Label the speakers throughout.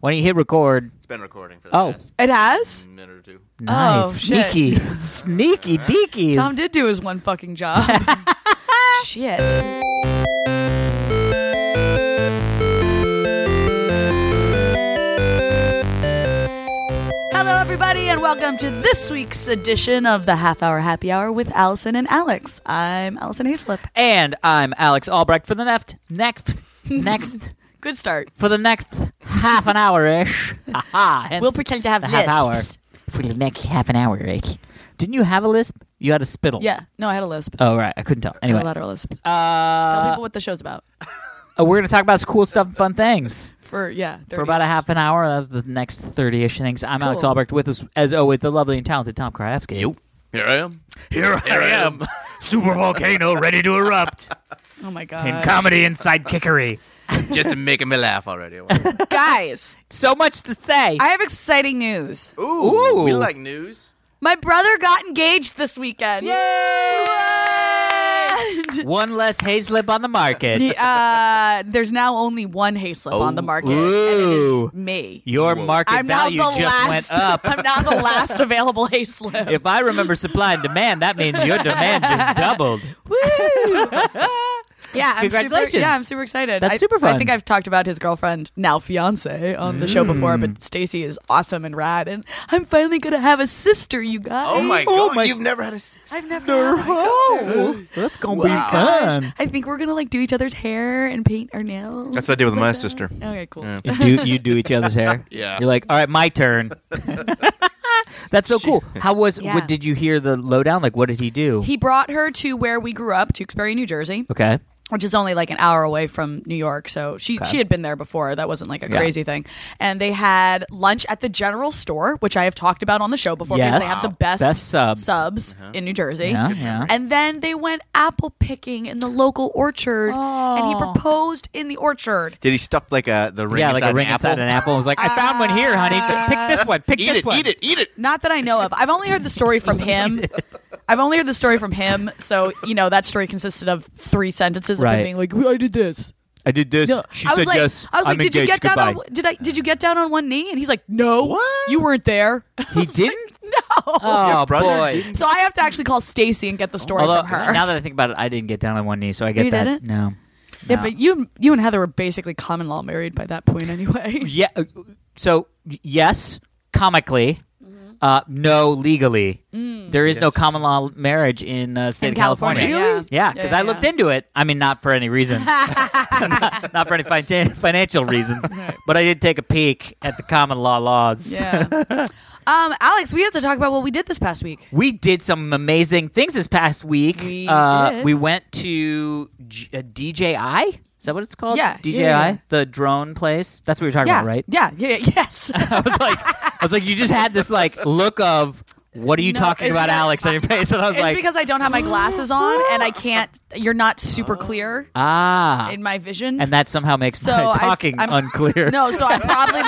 Speaker 1: Why don't you hit record?
Speaker 2: It's been recording for the
Speaker 1: Oh.
Speaker 2: past
Speaker 3: It has.
Speaker 2: minute or two.
Speaker 1: Nice,
Speaker 3: Oh, shit.
Speaker 1: sneaky, sneaky, deaky.
Speaker 3: Tom did do his one fucking job. Shit. Hello, everybody, and welcome to this week's edition of the Half Hour Happy Hour with Allison and Alex. I'm Allison Hayslip.
Speaker 1: And I'm Alex Albrecht for the next, next, next,
Speaker 3: Good start.
Speaker 1: for the next half an hour ish. Aha! hence
Speaker 3: We'll pretend to have
Speaker 1: the half hour
Speaker 3: lisps.
Speaker 1: for the next half an hour ish. Didn't you have a lisp? You had a spittle.
Speaker 3: Yeah. No, I had a lisp.
Speaker 1: Oh right, I couldn't tell.
Speaker 3: I had
Speaker 1: Anyway,
Speaker 3: a lateral lisp. Tell
Speaker 1: uh,
Speaker 3: people what the show's about.
Speaker 1: we're gonna talk about some cool stuff and fun things
Speaker 3: For yeah,
Speaker 1: for about a half an hour. That was the next thirty-ish things. I'm Alex
Speaker 3: Cool.
Speaker 1: Albrecht with us, as always, the lovely and talented Tom Krajewski.
Speaker 2: Here I am.
Speaker 4: Here I am, super volcano ready to erupt
Speaker 3: Oh my
Speaker 4: in
Speaker 3: god,
Speaker 4: comedy and sidekickery.
Speaker 2: Just to making me laugh already. Ooh,
Speaker 3: guys!
Speaker 1: So much to say.
Speaker 3: I have exciting news.
Speaker 2: we like news.
Speaker 3: My brother got engaged this weekend. And,
Speaker 1: One less hayslip on the market.
Speaker 3: uh, there's now only one Hayslip on the market,
Speaker 1: Oh, Ooh.
Speaker 3: and it is me.
Speaker 1: Your market
Speaker 3: I'm not the
Speaker 1: value just
Speaker 3: last.
Speaker 1: went up.
Speaker 3: I'm not the last available Hayslip.
Speaker 1: if I remember supply and demand, that means your demand just doubled.
Speaker 3: yeah, I'm
Speaker 1: Congratulations.
Speaker 3: Super, yeah, I'm super excited.
Speaker 1: That's
Speaker 3: I,
Speaker 1: super
Speaker 3: I
Speaker 1: fun.
Speaker 3: think I've talked about his girlfriend, now fiance, on the show before,
Speaker 1: Mm.
Speaker 3: but Stacy is awesome and rad, and I'm finally gonna have a sister, you guys.
Speaker 2: Oh my
Speaker 1: Oh
Speaker 2: god,
Speaker 1: my-
Speaker 2: you've never had a sister.
Speaker 3: I've never. had a sister.
Speaker 1: that's gonna
Speaker 2: Wow.
Speaker 3: Gosh, I think we're gonna like do each other's hair and paint our nails.
Speaker 2: That's what I did with
Speaker 3: Like
Speaker 2: my
Speaker 3: that.
Speaker 2: sister.
Speaker 3: Okay, cool.
Speaker 2: Yeah.
Speaker 1: You do you do each other's hair?
Speaker 2: Yeah.
Speaker 1: You're like, all right, my turn. that's so cool. How was?
Speaker 3: Yeah.
Speaker 1: What did you hear the lowdown? Like, what did he do?
Speaker 3: He brought her to where we grew up, Tewksbury, New Jersey,
Speaker 1: okay.
Speaker 3: which is only like an hour away from New York. So she she had been there before. That wasn't like a
Speaker 1: Yeah.
Speaker 3: crazy thing. And they had lunch at the general store, which I have talked about on the show before because they
Speaker 1: Yes.
Speaker 3: have the best,
Speaker 1: Best subs.
Speaker 3: subs in New Jersey.
Speaker 1: Yeah, yeah.
Speaker 3: And then they went apple picking in the local orchard, and he
Speaker 1: Oh.
Speaker 3: proposed in the orchard.
Speaker 2: Did he stuff like a the ring
Speaker 1: yeah, like
Speaker 2: inside
Speaker 1: a ring
Speaker 2: an apple? Ah.
Speaker 1: inside an apple. I was like, I found one here, honey. Pick this one. Pick
Speaker 2: Eat
Speaker 1: this
Speaker 2: it,
Speaker 1: one.
Speaker 2: eat it, eat it.
Speaker 3: Not that I know of. I've only heard the story from him. I've only heard the story from him. So, you know, that story consisted of three sentences of
Speaker 1: Right.
Speaker 3: him being like, I did this.
Speaker 1: I did this.
Speaker 3: No. I was like, I was like, did you get down
Speaker 1: Goodbye."
Speaker 3: on did I did you get down on one knee? And he's like, No. You weren't there.
Speaker 1: He didn't.
Speaker 3: no.
Speaker 1: Oh
Speaker 2: brother
Speaker 1: boy.
Speaker 2: didn't-
Speaker 3: So I have to actually call Stacy and get the story
Speaker 1: Although
Speaker 3: from her.
Speaker 1: now that I think about it, I didn't get down on one knee, so I get
Speaker 3: You
Speaker 1: that.
Speaker 3: didn't?
Speaker 1: No.
Speaker 3: yeah,
Speaker 1: No.
Speaker 3: but you you and Heather were basically common law married by that point anyway.
Speaker 1: yeah. uh, So y- yes, comically.
Speaker 3: Mm-hmm.
Speaker 1: Uh, no, legally. There is no
Speaker 2: Yes.
Speaker 1: common law marriage in uh, state
Speaker 3: Mm. In
Speaker 1: of California.
Speaker 3: California, Really? yeah.
Speaker 1: Yeah, because
Speaker 3: Yeah,
Speaker 1: I
Speaker 3: yeah,
Speaker 1: looked
Speaker 3: yeah.
Speaker 1: into it. I mean, not for any reason, not, not for any fin- financial reasons, but I did take a peek at the common law laws.
Speaker 3: Yeah. um, Alex, we have to talk about what we did this past week.
Speaker 1: We did some amazing things this past week. Uh,
Speaker 3: We did.
Speaker 1: We went to G- uh, DJI. Is that what it's called?
Speaker 3: Yeah,
Speaker 1: DJI,
Speaker 3: yeah, yeah.
Speaker 1: the drone place. That's what we were talking
Speaker 3: Yeah.
Speaker 1: about, right?
Speaker 3: Yeah. Yeah. Yes.
Speaker 1: I was like, I was like, you just had this like look of, what are you
Speaker 3: No,
Speaker 1: talking
Speaker 3: it's
Speaker 1: about,
Speaker 3: because-
Speaker 1: Alex, on your face? And I was
Speaker 3: it's
Speaker 1: like,
Speaker 3: because I don't have my glasses on, and I can't. You're not super clear
Speaker 1: ah,
Speaker 3: in my vision.
Speaker 1: and that somehow makes
Speaker 3: So
Speaker 1: my
Speaker 3: I-
Speaker 1: talking
Speaker 3: I'm-
Speaker 1: unclear.
Speaker 3: no, so I'm probably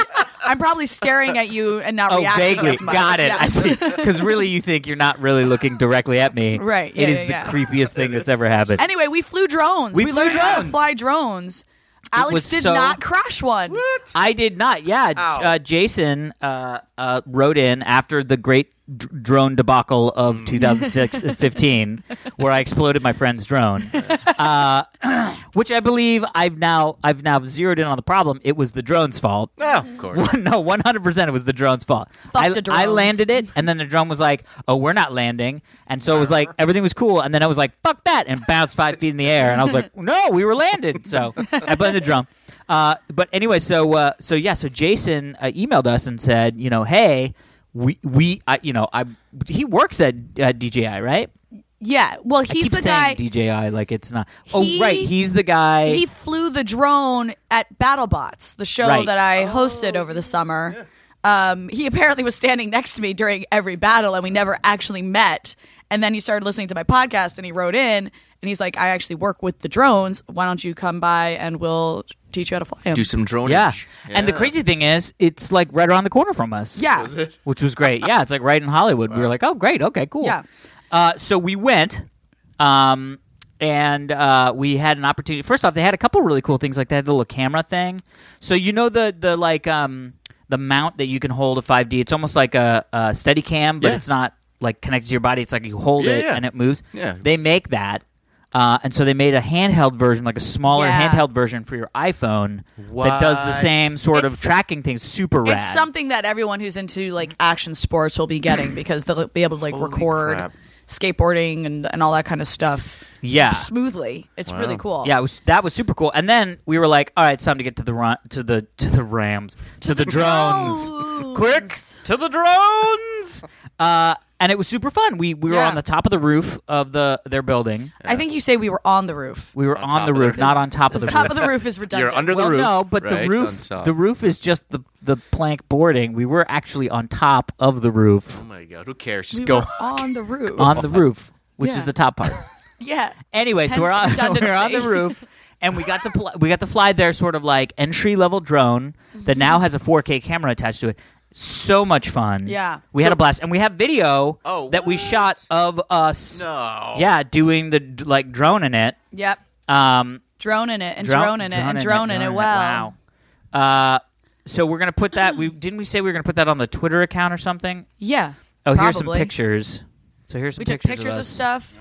Speaker 3: I'm probably staring at you and not
Speaker 1: Oh,
Speaker 3: reacting
Speaker 1: vaguely.
Speaker 3: as much.
Speaker 1: Got it. I
Speaker 3: Yes.
Speaker 1: see. Because really, you think you're not really looking directly at me.
Speaker 3: Right. Yeah,
Speaker 1: it is
Speaker 3: yeah,
Speaker 1: the
Speaker 3: yeah.
Speaker 1: creepiest thing that's ever happened.
Speaker 3: Anyway, we flew drones.
Speaker 1: We flew
Speaker 3: learned how to
Speaker 1: drones.
Speaker 3: fly drones.
Speaker 1: was
Speaker 3: Alex did
Speaker 1: so-
Speaker 3: not crash one.
Speaker 1: I did not. Yeah,
Speaker 2: Ow.
Speaker 1: uh, Jason uh, uh, wrote in after the great dr- drone debacle of 2015, uh, where I exploded my friend's drone, uh, which I believe I've now I've now zeroed in on the problem. It was the drone's fault.
Speaker 2: Oh, of course.
Speaker 1: no, one hundred percent. It was the drone's fault. I,
Speaker 3: the
Speaker 1: I
Speaker 3: drones.
Speaker 1: landed it, and then the drone was like, "Oh, we're not landing," and so it was like everything was cool, and then I was like, "Fuck that!" and bounced five feet in the air, and I was like, "No, we were landed." So I blamed the drone. Uh, but anyway, so uh, so yeah, so Jason uh, emailed us and said, you know, hey, we we I, you know I he works at uh, DJI, right?
Speaker 3: Yeah. Well,
Speaker 1: I keep
Speaker 3: he's the guy.
Speaker 1: saying DJI like it's not.
Speaker 3: He-
Speaker 1: oh, right, he's the guy.
Speaker 3: he flew the drone at BattleBots, the show
Speaker 1: Right. Oh.
Speaker 3: that I hosted over the summer. Um, he apparently was standing next to me during every battle, and we never actually met. And then he started listening to my podcast, and he wrote in, and he's like, "I actually work with the drones. Why don't you come by and we'll teach you how to fly him?"
Speaker 2: Do some drone.
Speaker 1: yeah. and the crazy thing is, it's like right around the corner from us.
Speaker 3: yeah,
Speaker 1: which was great. Yeah, it's like right in Hollywood. We were like, oh, great, okay, cool.
Speaker 3: Yeah.
Speaker 1: Uh, so we went, um, and uh, we had an opportunity. First off, they had a couple really cool things, like they had the little camera thing. So you know the the like um, the mount that you can hold a 5D. It's almost like a, a steady cam, but
Speaker 2: Yeah.
Speaker 1: it's not like connected to your body. It's like you hold
Speaker 2: Yeah,
Speaker 1: it
Speaker 2: yeah.
Speaker 1: and it moves.
Speaker 2: Yeah.
Speaker 1: They make that. Uh, and so they made a handheld version, like a smaller
Speaker 3: Yeah.
Speaker 1: handheld version for your iPhone that does the
Speaker 2: What?
Speaker 1: same sort of
Speaker 3: It's-
Speaker 1: tracking thing. Super rad.
Speaker 3: It's something that everyone who's into like action sports will be getting because they'll be able to like
Speaker 2: Holy
Speaker 3: record
Speaker 2: crap.
Speaker 3: skateboarding and, and all that kind of stuff
Speaker 1: yeah.
Speaker 3: smoothly. It's really cool.
Speaker 1: Yeah, it was, that was super cool. And then we were like, all right, it's time to get to the run, to the to the Rams, to, the, drones. quick to the drones. uh, and it was super fun. We we were
Speaker 3: Yeah.
Speaker 1: on the top of the roof of the their building.
Speaker 3: I think you say we were on the roof.
Speaker 1: We were
Speaker 2: On
Speaker 1: on,
Speaker 2: top
Speaker 1: the
Speaker 2: of the
Speaker 1: roof,
Speaker 2: roof.
Speaker 1: not on top of the,
Speaker 3: top
Speaker 1: roof.
Speaker 3: of the roof is redundant.
Speaker 2: You're under the
Speaker 1: well,
Speaker 2: roof.
Speaker 1: no, but the
Speaker 2: right, on
Speaker 1: roof
Speaker 2: top.
Speaker 1: the roof is just the the plank boarding. We were actually on top of the roof
Speaker 2: Oh my god, who cares? Just
Speaker 3: we
Speaker 2: go.
Speaker 3: were on the
Speaker 2: Oh.
Speaker 3: roof.
Speaker 1: on the roof, which
Speaker 3: Yeah.
Speaker 1: is the top part.
Speaker 3: yeah.
Speaker 1: Anyway, so
Speaker 3: Hence
Speaker 1: we're on,
Speaker 3: redundancy.
Speaker 1: we're on the roof, and we got to pl- we got to fly their sort of like entry level drone
Speaker 3: Mm-hmm.
Speaker 1: that now has a 4K camera attached to it. So much fun!
Speaker 3: Yeah.
Speaker 1: we had a blast, and we have video
Speaker 2: Oh,
Speaker 1: that we
Speaker 2: what?
Speaker 1: shot of us,
Speaker 2: No.
Speaker 1: yeah, doing the d- like drone in it,
Speaker 3: Yep.
Speaker 1: um,
Speaker 3: Drone in it and
Speaker 1: drone,
Speaker 3: drone in it and drone in it. Wow.
Speaker 1: Wow. Uh, so we're gonna put that. We didn't we say we were gonna put that on the Twitter account or something?
Speaker 3: Yeah.
Speaker 1: Oh, here's some
Speaker 3: probably.
Speaker 1: pictures. So here's some
Speaker 3: We took
Speaker 1: pictures, of
Speaker 3: pictures of
Speaker 1: us.
Speaker 3: stuff.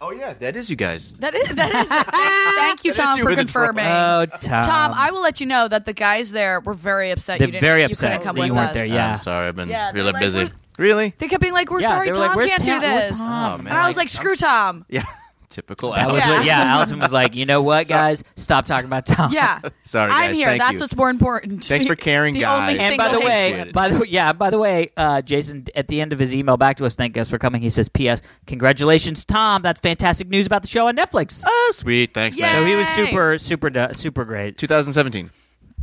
Speaker 2: Oh yeah, that is you guys.
Speaker 3: That is that is. Thank you,
Speaker 2: That is
Speaker 3: Tom,
Speaker 2: you
Speaker 3: for
Speaker 2: with a drone.
Speaker 3: confirming.
Speaker 1: Oh, Tom.
Speaker 3: Tom, I will let you know that the guys there were very upset.
Speaker 1: They're
Speaker 3: you didn't,
Speaker 1: very
Speaker 3: You
Speaker 1: upset
Speaker 3: couldn't come
Speaker 1: that
Speaker 3: with
Speaker 1: you weren't
Speaker 3: us.
Speaker 1: there yet. Yeah.
Speaker 2: I'm sorry, I've been
Speaker 3: Yeah, they're
Speaker 2: really
Speaker 3: like,
Speaker 2: busy.
Speaker 3: we're-
Speaker 2: Really?
Speaker 3: They kept being like, "We're
Speaker 1: Yeah,
Speaker 3: sorry,
Speaker 1: they were
Speaker 3: Tom
Speaker 1: like, "Where's
Speaker 3: can't
Speaker 1: Tom?
Speaker 3: do
Speaker 1: Where's
Speaker 3: this."
Speaker 1: Tom?
Speaker 2: Oh,
Speaker 3: And
Speaker 2: man.
Speaker 3: I was like, "Screw Tom."
Speaker 2: Yeah. Typical.
Speaker 1: That was
Speaker 3: Yeah.
Speaker 1: yeah. What, yeah, Allison was like, you know what, guys, stop talking about Tom.
Speaker 3: Yeah.
Speaker 2: Sorry,
Speaker 3: I'm
Speaker 2: guys.
Speaker 3: here.
Speaker 2: Thank
Speaker 3: That's
Speaker 2: you.
Speaker 3: what's more important.
Speaker 2: Thanks for caring,
Speaker 3: the
Speaker 2: guys.
Speaker 3: Only
Speaker 1: And by the
Speaker 3: single
Speaker 1: way,
Speaker 2: Appreciate it.
Speaker 1: by the yeah, by the way, uh, Jason at the end of his email back to us, thank us for coming. He says, "P.S. Congratulations, Tom. That's fantastic news about the show on Netflix."
Speaker 2: Oh, sweet. Thanks,
Speaker 3: Yeah.
Speaker 1: so
Speaker 2: man.
Speaker 1: he was
Speaker 3: Yay.
Speaker 1: super, super, du- super great.
Speaker 2: 2017.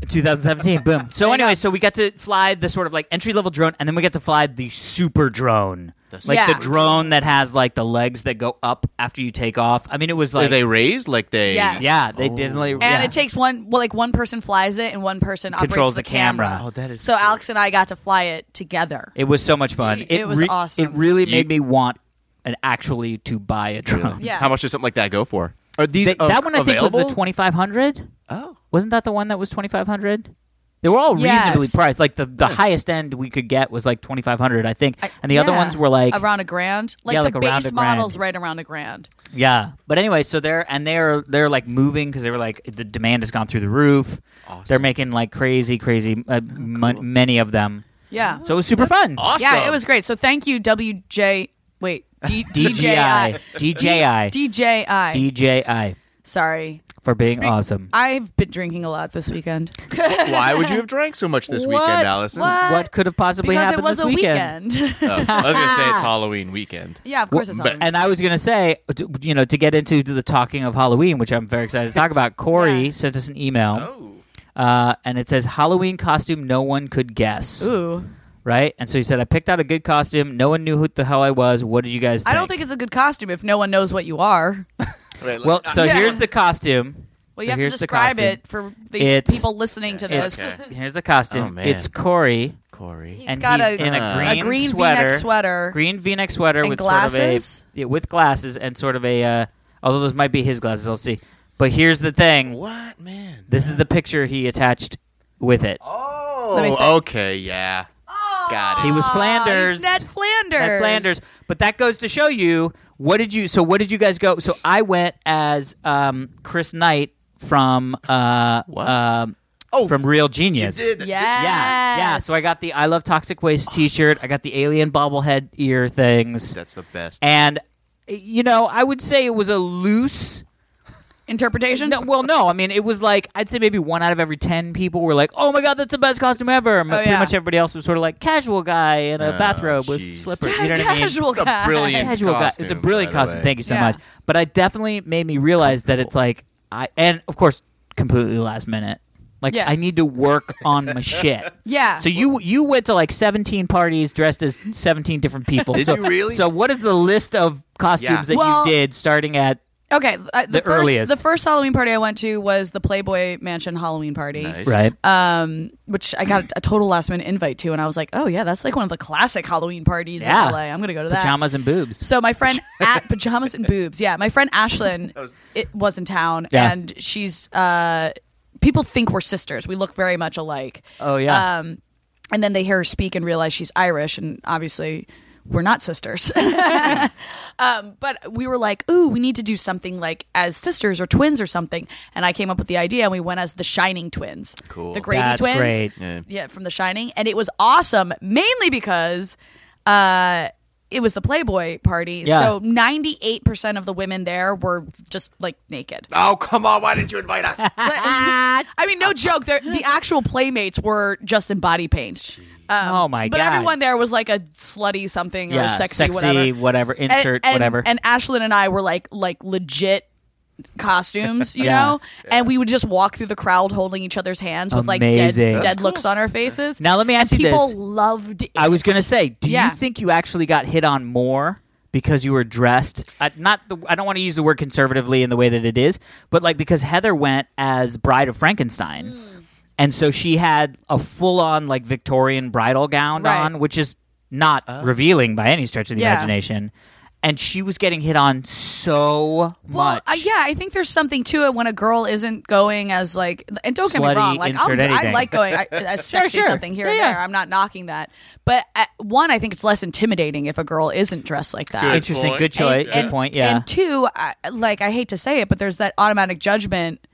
Speaker 1: 2017, boom. So
Speaker 3: There you
Speaker 1: anyway,
Speaker 3: go.
Speaker 1: so we got to fly the sort of like entry level drone, and then we got to fly the super drone,
Speaker 2: The
Speaker 1: like the
Speaker 3: Yeah.
Speaker 1: drone that has like the legs that go up after you take off. I mean, it was like
Speaker 2: they Oh. raised like they.
Speaker 3: Yes.
Speaker 1: yeah, they didn't. Really,
Speaker 3: And
Speaker 1: yeah.
Speaker 3: it takes one, well, like one person flies it and one person
Speaker 1: Controls
Speaker 3: operates
Speaker 1: the camera.
Speaker 2: Oh, that is
Speaker 3: So
Speaker 2: cool.
Speaker 3: Alex and I got to fly it together.
Speaker 1: It was so much fun.
Speaker 3: It was awesome.
Speaker 1: It really
Speaker 2: You-
Speaker 1: made me want an actually to buy a drone.
Speaker 3: Yeah.
Speaker 2: How much does something like that go for? Are these
Speaker 1: Th-
Speaker 2: av-
Speaker 1: that one I think
Speaker 2: available?
Speaker 1: was the twenty five hundred.
Speaker 2: Oh,
Speaker 1: Wasn't that the one that was twenty five hundred? They were all
Speaker 3: Yes.
Speaker 1: reasonably priced. Like the, the highest end we could get was like twenty five hundred, I think, and the other
Speaker 3: Yeah.
Speaker 1: ones were like
Speaker 3: around a grand. Like
Speaker 1: Yeah,
Speaker 3: the
Speaker 1: like around
Speaker 3: base
Speaker 1: a grand.
Speaker 3: models, right around a grand.
Speaker 1: yeah. But anyway, so they're and they're they're like moving because they were like the demand has gone through the roof. They're making like crazy, crazy uh,
Speaker 2: Oh,
Speaker 1: mon- many of them.
Speaker 3: Yeah.
Speaker 1: So it was super fun.
Speaker 2: awesome.
Speaker 3: Yeah, it was great. So thank you, WJ. Wait, D- DJI.
Speaker 1: DJI, DJI,
Speaker 3: DJI.
Speaker 1: DJI
Speaker 3: Sorry.
Speaker 1: for being awesome.
Speaker 3: I've been drinking a lot this weekend.
Speaker 2: Why would you have drank so much this
Speaker 1: What?
Speaker 2: weekend, Allison?
Speaker 3: What?
Speaker 1: what could have possibly
Speaker 3: because
Speaker 1: happened
Speaker 3: it was
Speaker 1: this
Speaker 3: a
Speaker 1: weekend?
Speaker 3: weekend.
Speaker 2: Oh, I was gonna say it's Halloween weekend.
Speaker 3: yeah, of course
Speaker 2: Well,
Speaker 3: it's
Speaker 2: but-
Speaker 3: all.
Speaker 1: And I was going to say, t- you know, to get into the talking of Halloween, which I'm very excited to talk about, Corey
Speaker 3: Yeah.
Speaker 1: sent us an email,
Speaker 2: Oh,
Speaker 1: uh, and it says Halloween costume no one could guess,
Speaker 3: Ooh.
Speaker 1: right? And so he said, I picked out a good costume. No one knew who the hell I was. What did you guys? think?
Speaker 3: I don't think it's a good costume if no one knows what you are.
Speaker 2: right,
Speaker 1: Well,
Speaker 2: let-
Speaker 1: so
Speaker 3: Yeah.
Speaker 1: here's the costume.
Speaker 3: Well, you
Speaker 1: So
Speaker 3: have to
Speaker 1: here's the
Speaker 3: describe
Speaker 1: costume.
Speaker 3: it for the
Speaker 1: It's-
Speaker 3: people listening to
Speaker 1: It's
Speaker 3: this.
Speaker 2: Okay.
Speaker 1: here's the costume.
Speaker 2: Oh, man.
Speaker 1: It's Corey,
Speaker 2: Corey.
Speaker 1: and
Speaker 3: got
Speaker 1: he's
Speaker 3: a-
Speaker 1: in
Speaker 2: Uh.
Speaker 1: a green,
Speaker 3: a green
Speaker 1: sweater,
Speaker 3: V-neck sweater.
Speaker 1: green V-neck sweater
Speaker 3: And
Speaker 1: with
Speaker 3: glasses?
Speaker 1: sort of a yeah, with glasses and sort of a. Uh, although those might be his glasses, I'll see. But here's the thing.
Speaker 2: What man?
Speaker 1: This is the picture he attached with it.
Speaker 3: Let me see.
Speaker 2: Oh, okay, yeah. Got it.
Speaker 1: He was
Speaker 3: Aw,
Speaker 1: Flanders.
Speaker 3: he's Ned Flanders.
Speaker 1: Ned Flanders. But that goes to show you what did you so what did you guys go so I went as um, Chris Knight from uh, um,
Speaker 2: Oh,
Speaker 1: from Real Genius.
Speaker 2: did.
Speaker 3: Yes.
Speaker 1: Yeah. Yeah. So I got the I Love Toxic Waste t shirt. I got the alien bobblehead ear things.
Speaker 2: That's the best.
Speaker 1: And you know, I would say it was a loose
Speaker 3: interpretation.
Speaker 1: No, well, no. I mean, it was like I'd say maybe one out of every ten people were like, "Oh my god, that's the best costume ever." But
Speaker 3: Oh,
Speaker 1: Pretty
Speaker 3: yeah.
Speaker 1: much everybody else was sort of like casual guy in a
Speaker 2: Oh,
Speaker 1: bathrobe with
Speaker 2: jeez.
Speaker 1: slippers. You know what I mean?
Speaker 3: Casual
Speaker 2: What a
Speaker 3: guy.
Speaker 2: brilliant-
Speaker 1: Casual guy. It's a
Speaker 2: costume,
Speaker 1: brilliant
Speaker 2: by the
Speaker 1: costume.
Speaker 2: way.
Speaker 1: Thank you so
Speaker 3: Yeah.
Speaker 1: much. But I definitely made me realize that it's like I and of course completely last minute. Like
Speaker 3: Yeah.
Speaker 1: I need to work on my shit.
Speaker 3: Yeah.
Speaker 1: So you you went to like 17 parties dressed as 17 different people.
Speaker 2: Did
Speaker 1: so,
Speaker 2: you really?
Speaker 1: So what is the list of costumes
Speaker 2: Yeah.
Speaker 1: that
Speaker 3: Well-
Speaker 1: you did starting at
Speaker 3: okay. Uh, the,
Speaker 1: The
Speaker 3: first,
Speaker 1: earliest.
Speaker 3: The first Halloween party I went to was the Playboy Mansion Halloween party.
Speaker 2: Nice.
Speaker 1: right?
Speaker 3: Um, which I got a total last minute invite to, and I was like, "Oh yeah, that's like one of the classic Halloween parties
Speaker 1: Yeah.
Speaker 3: in LA. I'm gonna go to that."
Speaker 1: Pajamas and boobs.
Speaker 3: So my friend at pajamas and boobs, yeah, my friend Ashlyn, it was in town,
Speaker 1: Yeah.
Speaker 3: and she's uh, people think we're sisters. We look very much alike.
Speaker 1: Oh, yeah.
Speaker 3: Um, and then they hear her speak and realize she's Irish, and obviously we're not sisters. um, but we were like, ooh, we need to do something like as sisters or twins or something. And I came up with the idea, and we went as the Shining twins,
Speaker 2: Cool.
Speaker 3: the Grady
Speaker 1: That's
Speaker 3: twins,
Speaker 1: great.
Speaker 2: Yeah.
Speaker 3: yeah, from The Shining, and it was awesome, mainly because. Uh, it was the Playboy party.
Speaker 1: Yeah.
Speaker 3: So 98% of the women there were just like naked.
Speaker 2: Oh come on! Why didn't you invite us?
Speaker 3: I mean, no joke. they're- The actual playmates were just in body paint. Um,
Speaker 1: Oh, my
Speaker 3: but
Speaker 1: God.
Speaker 3: everyone there was like a slutty something or
Speaker 1: yeah,
Speaker 3: sexy, whatever. And-
Speaker 1: insert
Speaker 3: and,
Speaker 1: whatever.
Speaker 3: And Ashlyn and I were like like legit costumes, you
Speaker 1: Yeah.
Speaker 3: know. And we would just walk through the crowd holding each other's hands with like
Speaker 1: Amazing.
Speaker 3: dead
Speaker 1: That's
Speaker 3: dead looks on our faces.
Speaker 1: Now, let me ask
Speaker 3: and
Speaker 1: you
Speaker 3: people
Speaker 1: this.
Speaker 3: loved. It.
Speaker 1: I was gonna say, do
Speaker 3: Yeah.
Speaker 1: you think you actually got hit on more because you were dressed? I, not the, I don't want to use the word conservatively in the way that it is, but like because Heather went as Bride of Frankenstein,
Speaker 3: Hmm.
Speaker 1: and so she had a full-on like Victorian bridal gown
Speaker 3: Right.
Speaker 1: on, which is not
Speaker 2: Oh.
Speaker 1: revealing by any stretch of the
Speaker 3: Yeah.
Speaker 1: imagination. And she was getting hit on so
Speaker 3: Well,
Speaker 1: much.
Speaker 3: uh, yeah, I think there's something to it when a girl isn't going as like, and don't get me
Speaker 1: Slutty,
Speaker 3: wrong, like I'll,
Speaker 1: insert
Speaker 3: I
Speaker 1: anything.
Speaker 3: like going I- as sexy
Speaker 1: sure.
Speaker 3: something here and
Speaker 1: Yeah, yeah.
Speaker 3: there. I'm not knocking that, but uh, one, I think it's less intimidating if a girl isn't dressed like that.
Speaker 2: Good.
Speaker 1: Interesting.
Speaker 2: point.
Speaker 1: Good choice.
Speaker 2: And-
Speaker 1: good point. Yeah.
Speaker 3: And two, I, like I hate to say it, but there's that automatic judgment,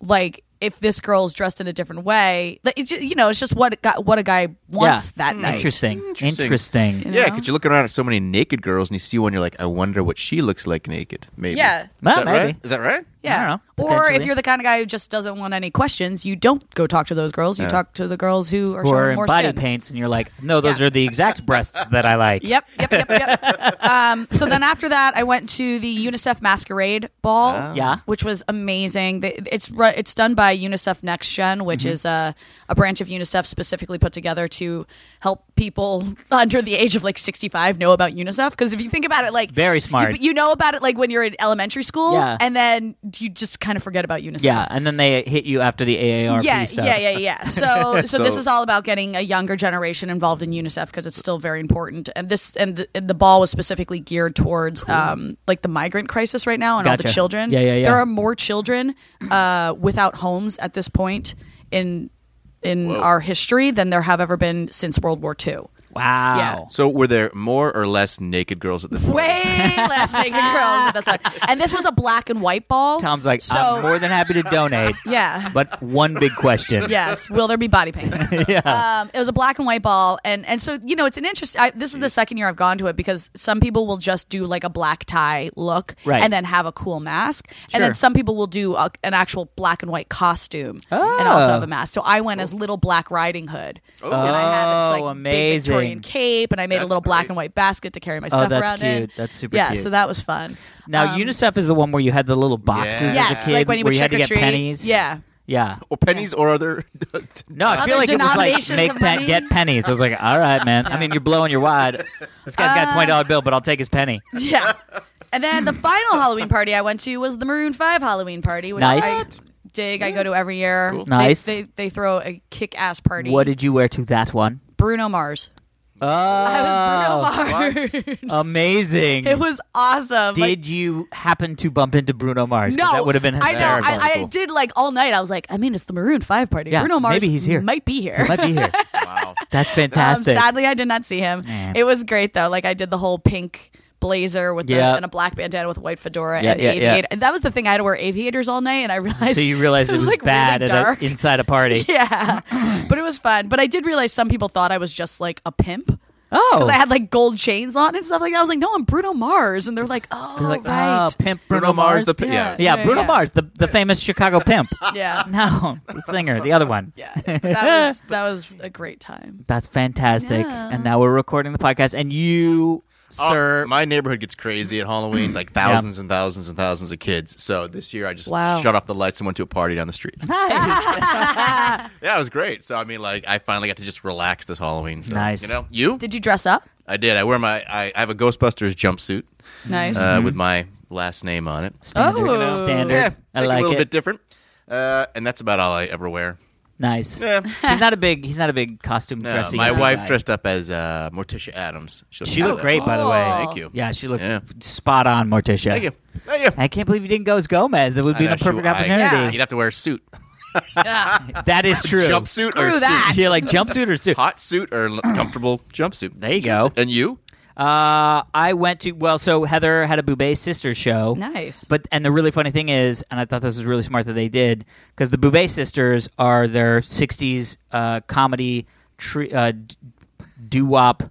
Speaker 3: like if this girl's dressed in a different way, like, it, ju- you know, it's just what it got, what a guy wants that night.
Speaker 1: Interesting.
Speaker 2: Interesting.
Speaker 1: Interesting.
Speaker 2: Yeah, because you're looking around at so many naked girls and you see one, you're like, I wonder what she looks like naked. Maybe.
Speaker 3: Yeah.
Speaker 2: Is
Speaker 1: Well,
Speaker 2: that
Speaker 1: maybe.
Speaker 2: right? Is that right?
Speaker 1: I don't know,
Speaker 3: Or if
Speaker 1: potentially.
Speaker 3: you're the kind of guy who just doesn't want any questions, you don't go talk to those girls. You talk to the girls who are
Speaker 1: Who are
Speaker 3: showing
Speaker 1: in
Speaker 3: more
Speaker 1: body
Speaker 3: skin.
Speaker 1: paints, and you're like, no, those
Speaker 3: Yeah.
Speaker 1: are the exact breasts that I like.
Speaker 3: Yep, yep, yep, yep. um, so then after that, I went to the UNICEF Masquerade Ball,
Speaker 1: Yeah.
Speaker 3: which was amazing. They- It's ru- it's done by UNICEF Next Gen, which
Speaker 1: Mm-hmm.
Speaker 3: is a, a branch of UNICEF specifically put together to help people under the age of like 65 know about UNICEF. Because if you think about it, like
Speaker 1: Very
Speaker 3: you-
Speaker 1: smart.
Speaker 3: you, know about it like when you're in elementary school,
Speaker 1: Yeah.
Speaker 3: and then you just kind of forget about UNICEF.
Speaker 1: Yeah, and then they hit you after the AARP
Speaker 3: Yeah,
Speaker 1: stuff.
Speaker 3: yeah, yeah, yeah. So, so, this
Speaker 2: So-
Speaker 3: is all about getting a younger generation involved in UNICEF because it's still very important. And this and the, and the ball was specifically geared towards um, like the migrant crisis right now and all the
Speaker 1: Gotcha.
Speaker 3: children.
Speaker 1: Yeah, yeah, yeah.
Speaker 3: There are more children uh, without homes at this point in in our history than there have ever been since World War II.
Speaker 1: Wow.
Speaker 3: Yeah.
Speaker 2: So were there more or less naked girls at this point?
Speaker 3: Way less naked girls at this one. And this was a black and white ball.
Speaker 1: Tom's like,
Speaker 3: so
Speaker 1: I'm more than happy to donate,
Speaker 3: yeah.
Speaker 1: but one big question.
Speaker 3: Yes. Will there be body paint? yeah. Um, it was a black and white ball, and and so you know it's an interest. I, this is the second year I've gone to it because some people will just do like a black tie look,
Speaker 1: Right.
Speaker 3: and then have a cool mask, and
Speaker 1: Sure.
Speaker 3: then some people will do a, an actual black and white costume and
Speaker 1: Oh.
Speaker 3: also have a mask. So I went as Little Black Riding Hood, and I had this
Speaker 1: Oh,
Speaker 3: like big
Speaker 1: amazing.
Speaker 3: Victorian cape, and I made a
Speaker 2: That's
Speaker 3: little black
Speaker 2: great.
Speaker 3: and white basket to carry my
Speaker 1: Oh,
Speaker 3: stuff
Speaker 1: that's
Speaker 3: around in.
Speaker 1: cute. That's super
Speaker 3: yeah,
Speaker 1: cute.
Speaker 3: so that was fun. Um,
Speaker 1: Now, UNICEF is the one where you had the little boxes
Speaker 3: Yes,
Speaker 1: as a kid
Speaker 3: like when you
Speaker 1: where
Speaker 3: would
Speaker 1: you had to
Speaker 3: trick or
Speaker 1: get
Speaker 3: treat.
Speaker 1: pennies.
Speaker 3: Yeah.
Speaker 1: Yeah.
Speaker 2: Or pennies or other.
Speaker 1: No, I feel like
Speaker 3: Other
Speaker 1: it was like
Speaker 3: denominations
Speaker 1: make
Speaker 3: of money?
Speaker 1: pen- get pennies. I was like, all right, man. I mean, you're blowing your wad. This guy's
Speaker 3: Uh,
Speaker 1: got a twenty dollar bill, but I'll take his penny.
Speaker 3: Yeah. And then the final Halloween party I went to was the Maroon Five Halloween party, which
Speaker 1: Nice.
Speaker 3: I dig. I go to every year. They-
Speaker 1: Nice.
Speaker 3: They, they, throw a kick ass party.
Speaker 1: What did you wear to that one?
Speaker 3: Bruno Mars?
Speaker 1: Oh,
Speaker 3: I was Bruno Mars.
Speaker 1: amazing!
Speaker 3: it was awesome.
Speaker 1: did
Speaker 3: Like,
Speaker 1: you happen to bump into Bruno Mars? 'Cause
Speaker 3: no,
Speaker 1: that would have been
Speaker 3: I
Speaker 1: hysterical.
Speaker 3: know. I, I did like all night. I was like, I mean, it's the Maroon Five party.
Speaker 1: Yeah,
Speaker 3: Bruno Mars.
Speaker 1: maybe he's here.
Speaker 3: Might be here.
Speaker 1: might be here.
Speaker 2: wow.
Speaker 1: That's
Speaker 3: Um,
Speaker 1: fantastic.
Speaker 3: sadly, I did not see him.
Speaker 1: Man.
Speaker 3: It was great though. Like I did the whole pink blazer with the-
Speaker 1: Yeah.
Speaker 3: and a black bandana with a white fedora
Speaker 1: Yeah,
Speaker 3: and
Speaker 1: yeah, yeah.
Speaker 3: aviator. And that was the thing. I had to wear aviators all night, and I realized.
Speaker 1: so you realized it was,
Speaker 3: like
Speaker 1: bad
Speaker 3: really
Speaker 1: at a-
Speaker 3: dark.
Speaker 1: inside a party.
Speaker 3: yeah, but it was fun. But I did realize some people thought I was just like a pimp.
Speaker 1: Oh,
Speaker 3: I had like gold chains on and stuff like that. I was like, no, I'm Bruno Mars, and they're like, oh,
Speaker 1: They're like,
Speaker 3: right.
Speaker 1: oh, pimp
Speaker 2: Bruno
Speaker 1: Bruno,
Speaker 2: Mars,
Speaker 1: Mars.
Speaker 2: the- yeah.
Speaker 1: yeah, Bruno Mars, the, the famous Chicago pimp.
Speaker 3: Yeah,
Speaker 1: No, the singer, the other one.
Speaker 3: yeah. But that was that was a great time.
Speaker 1: That's fantastic. And now we're recording the podcast, and you, sir,
Speaker 2: Oh, my neighborhood gets crazy at Halloween, like thousands and thousands and thousands of kids. So this year I just
Speaker 3: Wow.
Speaker 2: shut off the lights and went to a party down the street.
Speaker 1: Nice.
Speaker 2: yeah, it was great. So I mean, like I finally got to just relax this Halloween. So,
Speaker 1: Nice.
Speaker 2: You know, you?
Speaker 3: Did you dress up?
Speaker 2: I did. I wear my. I, I have a Ghostbusters jumpsuit
Speaker 3: Nice.
Speaker 2: uh, with my last name on it.
Speaker 1: standard,
Speaker 3: Oh.
Speaker 1: standard.
Speaker 2: Yeah,
Speaker 1: Mm-hmm. I
Speaker 2: make it a
Speaker 1: like
Speaker 2: little
Speaker 1: it.
Speaker 2: bit different. Uh, and that's about all I ever wear.
Speaker 1: Nice.
Speaker 2: Yeah.
Speaker 1: he's not a big. He's not a big costume
Speaker 2: No,
Speaker 1: dressing.
Speaker 2: my
Speaker 1: guy.
Speaker 2: wife dressed up as uh, Morticia Adams.
Speaker 1: She looked great, by the
Speaker 3: Cool.
Speaker 1: way.
Speaker 2: Thank you.
Speaker 1: Yeah, she looked
Speaker 2: Yeah.
Speaker 1: spot on, Morticia.
Speaker 2: Thank you. Thank you.
Speaker 1: I can't believe you didn't go as Gomez. It would
Speaker 2: I
Speaker 1: be
Speaker 2: know,
Speaker 1: a
Speaker 2: she-
Speaker 1: perfect
Speaker 2: I-
Speaker 1: opportunity.
Speaker 2: You'd have to wear a suit.
Speaker 3: Ah,
Speaker 1: That is true.
Speaker 2: Jumpsuit or
Speaker 3: Screw that.
Speaker 2: suit?
Speaker 1: Yeah, like jumpsuit or suit.
Speaker 2: Hot suit or l- comfortable jumpsuit?
Speaker 1: There you go.
Speaker 2: And you?
Speaker 1: Uh, I went to well, so Heather had a Boubet sister show.
Speaker 3: Nice.
Speaker 1: But and the really funny thing is, and I thought this was really smart that they did because the Boubet sisters are their '60s uh, comedy tri- uh, doo wop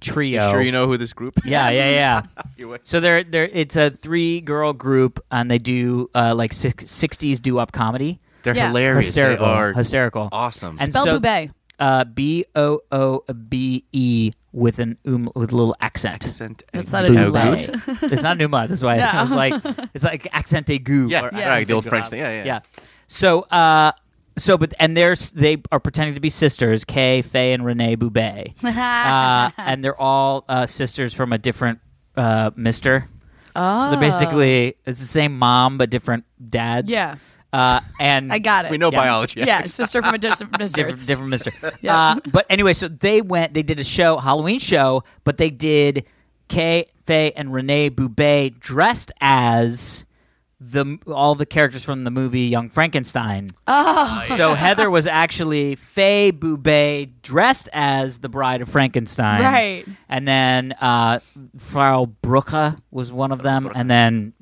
Speaker 1: trio.
Speaker 2: Sure, you know who this group? Is?
Speaker 1: Yeah, yeah, yeah.
Speaker 2: You-
Speaker 1: So they're they're it's a three girl group and they do uh, like six, '60s doo wop comedy.
Speaker 2: They're
Speaker 3: Yeah.
Speaker 2: hilarious.
Speaker 1: Hysterical,
Speaker 2: They are
Speaker 1: hysterical.
Speaker 2: awesome.
Speaker 1: And
Speaker 3: Spell
Speaker 1: so-
Speaker 3: Boubet.
Speaker 1: Uh, B o o b e with an um, with a little accent.
Speaker 2: Accent
Speaker 3: That's
Speaker 2: aigu.
Speaker 3: not a new
Speaker 1: Boubet.
Speaker 3: loud.
Speaker 1: it's not Numa. That's why I was like it's like accent aigu.
Speaker 2: Yeah,
Speaker 1: or
Speaker 2: yeah.
Speaker 1: accent
Speaker 2: right. The old
Speaker 1: aigu.
Speaker 2: French thing. Yeah, yeah.
Speaker 1: Yeah. So, uh, so but and there's they are pretending to be sisters, Kay, Faye, and Renee Boubet, uh, and they're all uh, sisters from a different uh, Mister. Oh. So they're basically it's the same mom but different dads.
Speaker 3: Yeah.
Speaker 1: Uh, and
Speaker 3: I got it.
Speaker 2: We know
Speaker 1: Yeah.
Speaker 2: biology.
Speaker 3: Yeah, sister from a distant mister.
Speaker 1: different, different Mister.
Speaker 3: Yeah.
Speaker 1: uh, but anyway, so they went. They did a show, Halloween show, but they did Kay, Faye, and Renee Boubet dressed as the all the characters from the movie Young Frankenstein. Oh, so Heather was actually Faye Boubet dressed as the Bride of Frankenstein,
Speaker 3: Right.
Speaker 1: And then uh, Frau Brucke was one of them, and then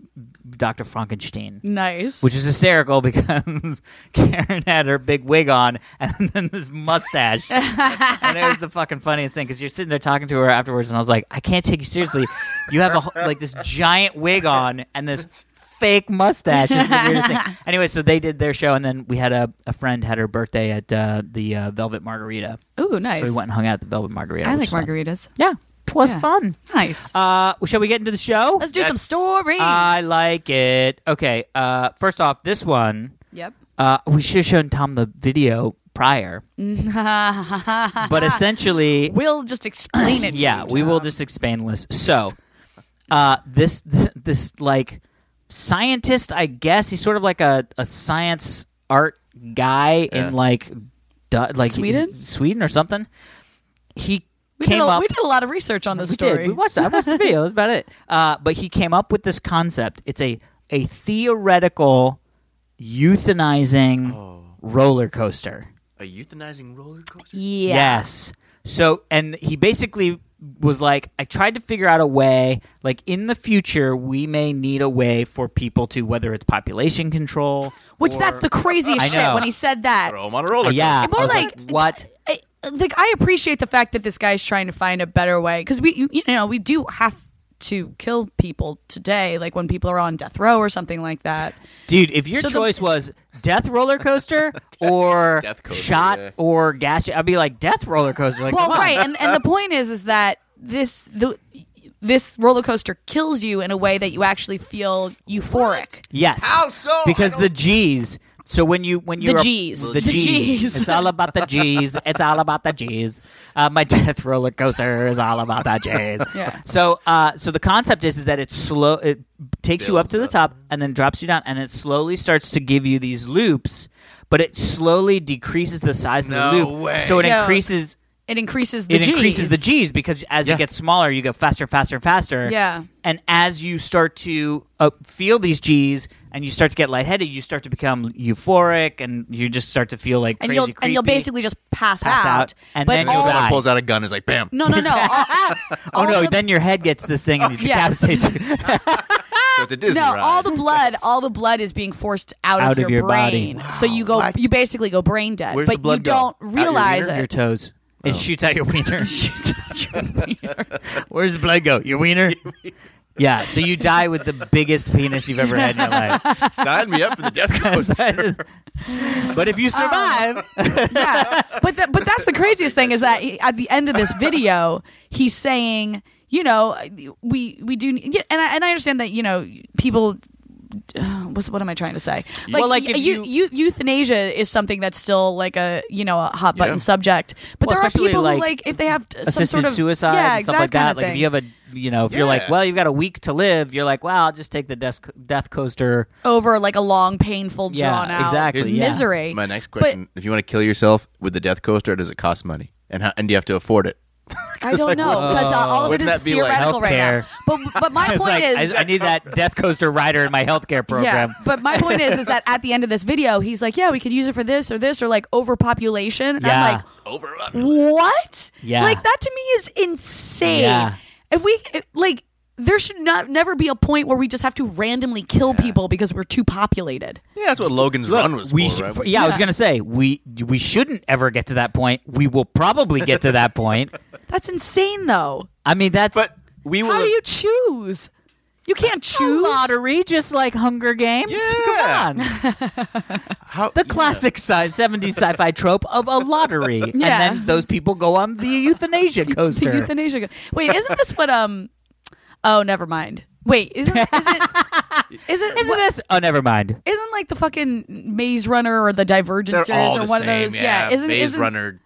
Speaker 1: Dr. Frankenstein
Speaker 3: Nice.
Speaker 1: which is hysterical because Karen had her big wig on and then this mustache. and it was the fucking funniest thing because you're sitting there talking to her afterwards, and I was like, I can't take you seriously. You have a, wh- like this giant wig on and this fake mustache. It's the weirdest thing. Anyway, so they did their show, and then we had a, a friend had her birthday at uh, the uh, Velvet Margarita.
Speaker 3: Ooh, nice.
Speaker 1: So we went and hung out at the Velvet Margarita.
Speaker 3: I
Speaker 1: which
Speaker 3: like
Speaker 1: was fun.
Speaker 3: margaritas.
Speaker 1: Yeah, twas
Speaker 3: Yeah.
Speaker 1: fun.
Speaker 3: Nice.
Speaker 1: Uh, well, shall we get into the show?
Speaker 3: Let's do some
Speaker 2: that's-
Speaker 3: stories.
Speaker 1: I like it. Okay. Uh, first off, this one.
Speaker 3: yep.
Speaker 1: Uh, we should have shown Tom the video prior, but essentially,
Speaker 3: We'll just explain it. To
Speaker 1: yeah,
Speaker 3: you,
Speaker 1: we will
Speaker 3: Tom.
Speaker 1: just expand this. So, uh, this, this like scientist, I guess he's sort of like a, a science art guy
Speaker 2: Yeah.
Speaker 1: in like du- like
Speaker 3: Sweden?
Speaker 1: Sweden or something. He
Speaker 3: We
Speaker 1: came
Speaker 3: did, a,
Speaker 1: up.
Speaker 3: we did a lot of research on this
Speaker 1: We
Speaker 3: story.
Speaker 1: Did. We watched. I watched the video. That's about it. Uh, but he came up with this concept. It's a a theoretical euthanizing roller coaster.
Speaker 2: A euthanizing roller coaster.
Speaker 3: yeah.
Speaker 1: Yes. So, and he basically was like, I tried to figure out a way, like in the future, we may need a way for people to, whether it's population control,
Speaker 3: Which
Speaker 1: or-
Speaker 3: that's the
Speaker 1: I
Speaker 3: craziest shit
Speaker 1: know.
Speaker 3: when he said that.
Speaker 2: Throw 'em on a roller coaster.
Speaker 1: yeah,
Speaker 3: More
Speaker 1: I was
Speaker 3: like,
Speaker 1: what?
Speaker 3: I, like I appreciate the fact that this guy's trying to find a better way because we you, you know we do have to kill people today like when people are on death row or something like that
Speaker 1: Dude, if your
Speaker 3: So the-
Speaker 1: choice was death roller coaster or
Speaker 2: Death coaster,
Speaker 1: shot
Speaker 2: yeah.
Speaker 1: or gas, I'd be like death roller coaster. Like,
Speaker 3: well
Speaker 1: come on.
Speaker 3: right and, and the point is is that this the this roller coaster kills you in a way that you actually feel euphoric
Speaker 1: Yes.
Speaker 2: How so?
Speaker 1: Because
Speaker 2: I
Speaker 1: the G's. So when you when you
Speaker 3: G's.
Speaker 1: the
Speaker 3: The
Speaker 1: G's.
Speaker 3: G's.
Speaker 1: It's all about the G's. It's all about the G's. Uh, my death roller coaster is all about the G's.
Speaker 3: Yeah.
Speaker 1: So uh, so the concept is is that it slow it takes you up to the
Speaker 2: Builds
Speaker 1: top and then drops you down and it slowly starts to give you these loops, but it slowly decreases the size
Speaker 2: No
Speaker 1: of the loop.
Speaker 2: way.
Speaker 1: So it
Speaker 3: Yeah.
Speaker 1: increases
Speaker 3: it increases the
Speaker 1: it increases the
Speaker 3: Gs.
Speaker 1: G's because as you
Speaker 2: Yeah.
Speaker 1: get smaller, you go faster, faster, faster.
Speaker 3: Yeah.
Speaker 1: And as you start to uh, feel these G's and you start to get lightheaded, you start to become euphoric and you just start to feel like
Speaker 3: and
Speaker 1: crazy
Speaker 3: you'll and you'll
Speaker 1: creepy.
Speaker 3: basically just pass,
Speaker 1: Pass out, and
Speaker 3: but
Speaker 1: then
Speaker 2: And
Speaker 1: you'll
Speaker 3: all-
Speaker 1: die.
Speaker 2: someone pulls out a gun. Is like, bam.
Speaker 3: no no no all,
Speaker 1: Oh
Speaker 3: all
Speaker 1: no!
Speaker 3: the-
Speaker 1: Then your head gets this thing and you
Speaker 3: Yes.
Speaker 1: decapitate you.
Speaker 2: So it's a Disney
Speaker 3: No,
Speaker 2: ride.
Speaker 3: all the blood, all the blood is being forced out,
Speaker 1: Out
Speaker 3: of your,
Speaker 1: of your body.
Speaker 3: brain. So you go, you basically go brain dead,
Speaker 2: Where's
Speaker 3: but
Speaker 2: the blood
Speaker 3: you
Speaker 2: go?
Speaker 3: don't
Speaker 2: Out
Speaker 3: realize
Speaker 1: your
Speaker 3: it.
Speaker 1: toes. It shoots out your wiener.
Speaker 3: That's
Speaker 1: Where's the blood go? Your wiener. yeah. So you die with the biggest penis you've ever had in your life.
Speaker 2: Sign me up for the death coaster.
Speaker 1: but if you survive,
Speaker 3: Um, yeah, but the, but that's the craziest thing is that he- at the end of this video, he's saying, you know, we we do, need- yeah, and I, and I understand that you know people. uh, What's, what am I trying to say? Like,
Speaker 1: Well, like, if
Speaker 3: eu- eu- euthanasia is something that's still like a you know a hot button
Speaker 2: Yeah.
Speaker 3: subject. But
Speaker 1: Well,
Speaker 3: there are
Speaker 1: especially,
Speaker 3: people
Speaker 1: like,
Speaker 3: who like if they have t- some
Speaker 1: assisted
Speaker 3: sort of
Speaker 1: suicide
Speaker 3: yeah,
Speaker 1: and stuff like
Speaker 3: exact kind
Speaker 1: that.
Speaker 3: of
Speaker 1: Like if
Speaker 3: thing.
Speaker 1: you have a, you know, if you're like,
Speaker 2: Yeah.
Speaker 1: well, you've got a week to live, you're like, well, I'll just take the death, death coaster.
Speaker 3: over like a long, painful,
Speaker 1: Yeah,
Speaker 3: drawn out
Speaker 1: exactly,
Speaker 2: yeah.
Speaker 3: misery.
Speaker 2: My next question: If you want to kill yourself with the death coaster, does it cost money? And how, and do you have to afford it?
Speaker 3: I don't
Speaker 2: like,
Speaker 3: know because uh, all of it
Speaker 2: wouldn't
Speaker 3: is
Speaker 2: that be like
Speaker 3: theoretical right now.
Speaker 1: healthcare?
Speaker 3: But but my point
Speaker 1: It's like,
Speaker 3: is,
Speaker 1: I, I need that Death Coaster rider in my healthcare program.
Speaker 3: Yeah, but my point is, is that at the end of this video, he's like, "Yeah, we could use it for this or this or like overpopulation." And
Speaker 1: Yeah.
Speaker 3: I'm like,
Speaker 2: Over.
Speaker 3: "What?
Speaker 1: Yeah.
Speaker 3: like that to me is insane.
Speaker 1: Yeah.
Speaker 3: If we if- like, there should not never be a point where we just have to randomly kill people because we're too populated.
Speaker 2: Yeah, that's what Logan's
Speaker 1: Look,
Speaker 2: run was
Speaker 1: we
Speaker 2: for.
Speaker 1: sh-
Speaker 2: right?
Speaker 1: yeah, I was gonna say we we shouldn't ever get to that point. We will probably get to that point.
Speaker 3: That's insane, though.
Speaker 1: I mean, that's
Speaker 2: But we will.
Speaker 3: How do you choose? You can't
Speaker 1: a
Speaker 3: choose.
Speaker 1: lottery, just like Hunger Games.
Speaker 2: Yeah.
Speaker 1: Come on,
Speaker 2: how-
Speaker 1: the classic sci- '70s sci-fi trope of a lottery, and
Speaker 3: Yeah.
Speaker 1: then those people go on the euthanasia
Speaker 3: The
Speaker 1: coaster.
Speaker 3: euthanasia. go- Wait, isn't this what? Um. Oh, never mind. Wait, isn't isn't isn't,
Speaker 1: Isn't
Speaker 3: what-
Speaker 1: this? Oh, never mind.
Speaker 3: isn't like the fucking Maze Runner or the Divergent
Speaker 2: They're
Speaker 3: series
Speaker 2: all
Speaker 3: or
Speaker 2: the
Speaker 3: one
Speaker 2: same.
Speaker 3: of those?
Speaker 2: Yeah,
Speaker 3: isn't
Speaker 2: Maze
Speaker 3: isn't
Speaker 2: Runner.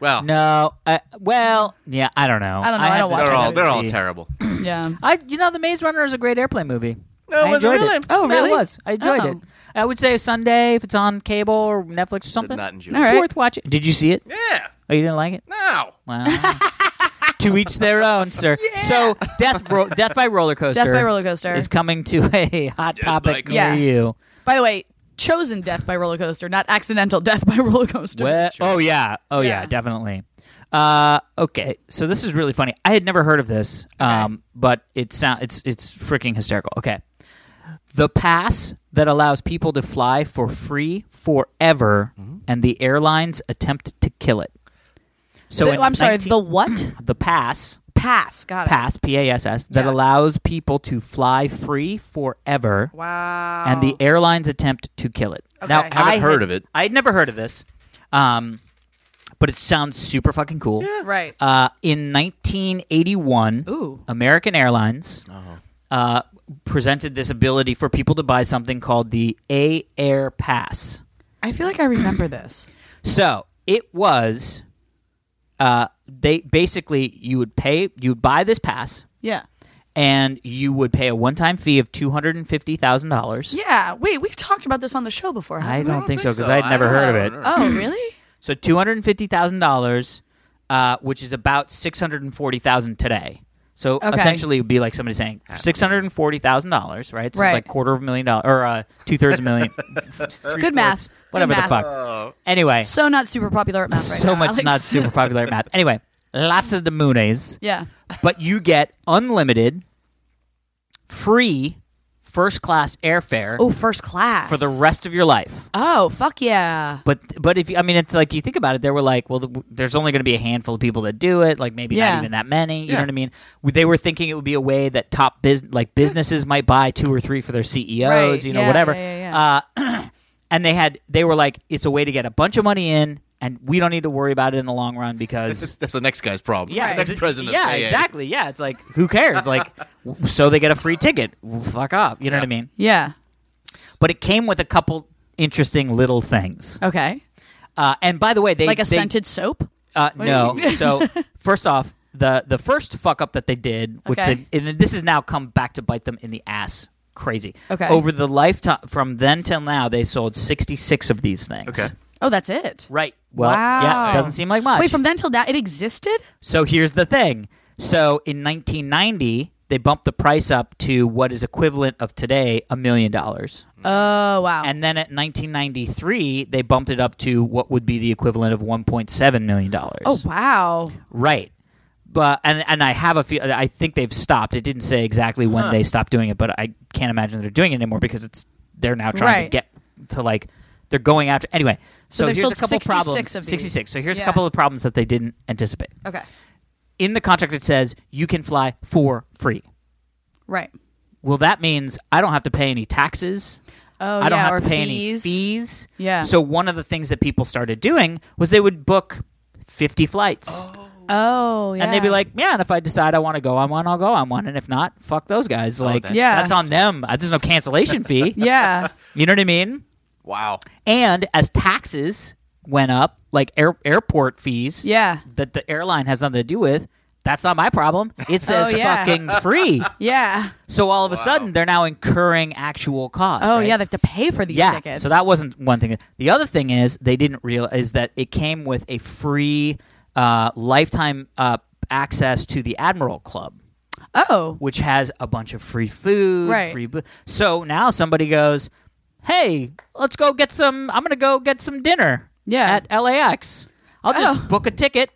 Speaker 2: Well,
Speaker 1: No. Uh, well, yeah, I don't know.
Speaker 3: I don't know, I
Speaker 1: have
Speaker 3: don't
Speaker 1: to
Speaker 3: watch
Speaker 2: they're
Speaker 1: check
Speaker 3: it.
Speaker 2: all
Speaker 1: out
Speaker 2: they're all
Speaker 1: to see.
Speaker 2: terrible.
Speaker 3: yeah.
Speaker 1: I, you know, the Maze Runner is a great airplane movie.
Speaker 2: No, it
Speaker 1: I
Speaker 2: wasn't
Speaker 1: enjoyed
Speaker 2: really.
Speaker 1: it.
Speaker 3: Oh,
Speaker 1: No,
Speaker 3: really?
Speaker 1: it was. I enjoyed
Speaker 3: Oh.
Speaker 1: it. I would say Sunday if it's on cable or Netflix or something.
Speaker 2: Did not enjoy.
Speaker 3: All
Speaker 2: it.
Speaker 1: It's
Speaker 3: right.
Speaker 1: worth watching. Did you see it?
Speaker 2: Yeah.
Speaker 1: Oh, you didn't like it?
Speaker 2: No.
Speaker 1: Wow. to each their own, sir. So, Death Ro- Death by Roller Coaster.
Speaker 3: Death by Roller Coaster.
Speaker 1: is coming to a hot
Speaker 2: Death
Speaker 1: topic
Speaker 2: by
Speaker 1: near
Speaker 3: Coaster.
Speaker 1: you.
Speaker 3: By the way, chosen death by roller coaster, not accidental death by roller coaster.
Speaker 1: Well, oh yeah, oh yeah,
Speaker 3: Yeah.
Speaker 1: definitely. Uh, okay, so this is really funny. I had never heard of this, um, but it sound it's it's freaking hysterical. Okay, the pass that allows people to fly for free forever, and the airlines attempt to kill it. So
Speaker 3: The-
Speaker 1: in
Speaker 3: I'm sorry.
Speaker 1: 19
Speaker 3: the what?
Speaker 1: the pass
Speaker 3: Pass. Got it.
Speaker 1: pass P A S S that
Speaker 3: Yeah.
Speaker 1: allows people to fly free forever
Speaker 3: Wow.
Speaker 1: and the airlines attempt to kill it. Now,
Speaker 3: Haven't
Speaker 1: I
Speaker 2: heard
Speaker 1: had-
Speaker 2: of it.
Speaker 1: I had never heard of this, um, but it sounds super fucking cool.
Speaker 3: right.
Speaker 1: Uh, in 1981,
Speaker 3: Ooh.
Speaker 1: American Airlines
Speaker 2: Uh-huh.
Speaker 1: uh, presented this ability for people to buy something called the A Air Pass.
Speaker 3: I feel like I remember this.
Speaker 1: So it was, uh, they basically you would pay, you would buy this pass,
Speaker 3: Yeah.
Speaker 1: and you would pay a one-time fee of two hundred and fifty thousand dollars.
Speaker 3: Yeah. Wait, we've talked about this on the show before.
Speaker 1: I
Speaker 3: haven't
Speaker 1: don't,
Speaker 3: we?
Speaker 1: think, so because
Speaker 2: so.
Speaker 1: I had
Speaker 2: I
Speaker 1: never
Speaker 2: don't
Speaker 1: heard of
Speaker 2: know.
Speaker 1: it.
Speaker 3: Oh, really?
Speaker 1: So two hundred and fifty thousand dollars, uh, which is about six hundred and forty thousand today. So
Speaker 3: Okay.
Speaker 1: essentially, it would be like somebody saying six hundred and forty thousand dollars, right? So
Speaker 3: Right.
Speaker 1: it's like quarter of a million dollars or uh, two thirds of a million.
Speaker 3: Good math. Good
Speaker 1: Whatever
Speaker 3: math.
Speaker 1: the
Speaker 2: Uh,
Speaker 1: fuck. Anyway,
Speaker 3: So not super popular at math right
Speaker 1: so
Speaker 3: now,
Speaker 1: much
Speaker 3: Alex.
Speaker 1: not super popular math. Anyway, lots of the moonies,
Speaker 3: Yeah.
Speaker 1: but you get unlimited, free, first class airfare
Speaker 3: Oh, first class
Speaker 1: for the rest of your life.
Speaker 3: Oh, fuck yeah.
Speaker 1: But but if you- I mean it's like you think about it, they were like, well, th- there's only going to be a handful of people that do it, like maybe
Speaker 3: Yeah.
Speaker 1: not even that many. You
Speaker 2: Yeah.
Speaker 1: know what I mean? They were thinking it would be a way that top biz like businesses might buy two or three for their CEOs,
Speaker 3: Right.
Speaker 1: you know,
Speaker 3: Yeah,
Speaker 1: whatever.
Speaker 3: yeah, yeah,
Speaker 1: Uh, and they had they were like, it's a way to get a bunch of money in, and we don't need to worry about it in the long run because.
Speaker 2: That's the next guy's problem.
Speaker 1: Yeah,
Speaker 2: The next
Speaker 1: it's-
Speaker 2: president.
Speaker 1: Yeah,
Speaker 2: of AA.
Speaker 1: exactly. Yeah, it's like who cares? Like, w- so they get a free ticket. W- Fuck up. You know what I mean?
Speaker 3: Yeah.
Speaker 1: But it came with a couple interesting little things.
Speaker 3: Okay.
Speaker 1: Uh, and by the way, they
Speaker 3: like a
Speaker 1: they-
Speaker 3: scented soap.
Speaker 1: Uh,
Speaker 3: do
Speaker 1: no. so first off, the the first fuck up that they did, which
Speaker 3: Okay.
Speaker 1: they, and then this has now come back to bite them in the ass, crazy.
Speaker 3: Okay.
Speaker 1: Over the lifetime, from then till now, they sold sixty six of these things.
Speaker 2: Okay.
Speaker 3: Oh, that's it.
Speaker 1: Right. Well,
Speaker 3: Wow.
Speaker 1: yeah, it doesn't seem like much.
Speaker 3: Wait, from then till now, it existed.
Speaker 1: so here's the thing. So in 1990, they bumped the price up to what is equivalent of today, a million dollars.
Speaker 3: Oh wow.
Speaker 1: And then at 1993, they bumped it up to what would be the equivalent of 1.7 million dollars.
Speaker 3: oh wow.
Speaker 1: Right. But and and I have a few. I think they've stopped. It didn't say exactly when they stopped doing it, but I can't imagine they're doing it anymore because it's they're now trying to
Speaker 3: Right.
Speaker 1: get to like they're going after anyway. So,
Speaker 3: they've
Speaker 1: here's
Speaker 3: sold
Speaker 1: a couple
Speaker 3: 66
Speaker 1: problems.
Speaker 3: of these.
Speaker 1: Sixty six. So here's
Speaker 3: Yeah.
Speaker 1: a couple of problems that they didn't anticipate.
Speaker 3: Okay.
Speaker 1: In the contract, it says you can fly for free.
Speaker 3: Right.
Speaker 1: Well, that means I don't have to pay any taxes.
Speaker 3: Oh
Speaker 1: I don't
Speaker 3: yeah.
Speaker 1: have
Speaker 3: or
Speaker 1: to pay
Speaker 3: fees.
Speaker 1: any fees.
Speaker 3: Yeah.
Speaker 1: So one of the things that people started doing was they would book fifty flights.
Speaker 3: Oh yeah.
Speaker 1: And they'd be like, yeah, and if I decide I want to go on one, I'll go on one. And if not, fuck those guys. Like,
Speaker 2: Oh, that's-
Speaker 3: Yeah.
Speaker 1: that's on them. Uh, There's no cancellation fee.
Speaker 3: yeah.
Speaker 1: You know what I mean?
Speaker 2: Wow.
Speaker 1: And as taxes went up, like air, airport fees
Speaker 3: Yeah.
Speaker 1: that the airline has nothing to do with, that's not my problem. It says
Speaker 3: Oh, yeah.
Speaker 1: fucking free.
Speaker 3: Yeah.
Speaker 1: So all of a
Speaker 2: Wow.
Speaker 1: sudden, they're now incurring actual costs.
Speaker 3: Oh
Speaker 1: right?
Speaker 3: yeah. They have to pay for these
Speaker 1: yeah.
Speaker 3: tickets.
Speaker 1: So that wasn't one thing. The other thing is they didn't realize that it came with a free uh, lifetime uh, access to the Admiral Club,
Speaker 3: Oh,
Speaker 1: which has a bunch of free food.
Speaker 3: Right.
Speaker 1: Free bu- so now somebody goes, "Hey, let's go get some. I'm gonna go get some dinner.
Speaker 3: Yeah.
Speaker 1: at LAX. I'll just
Speaker 3: Oh.
Speaker 1: book a ticket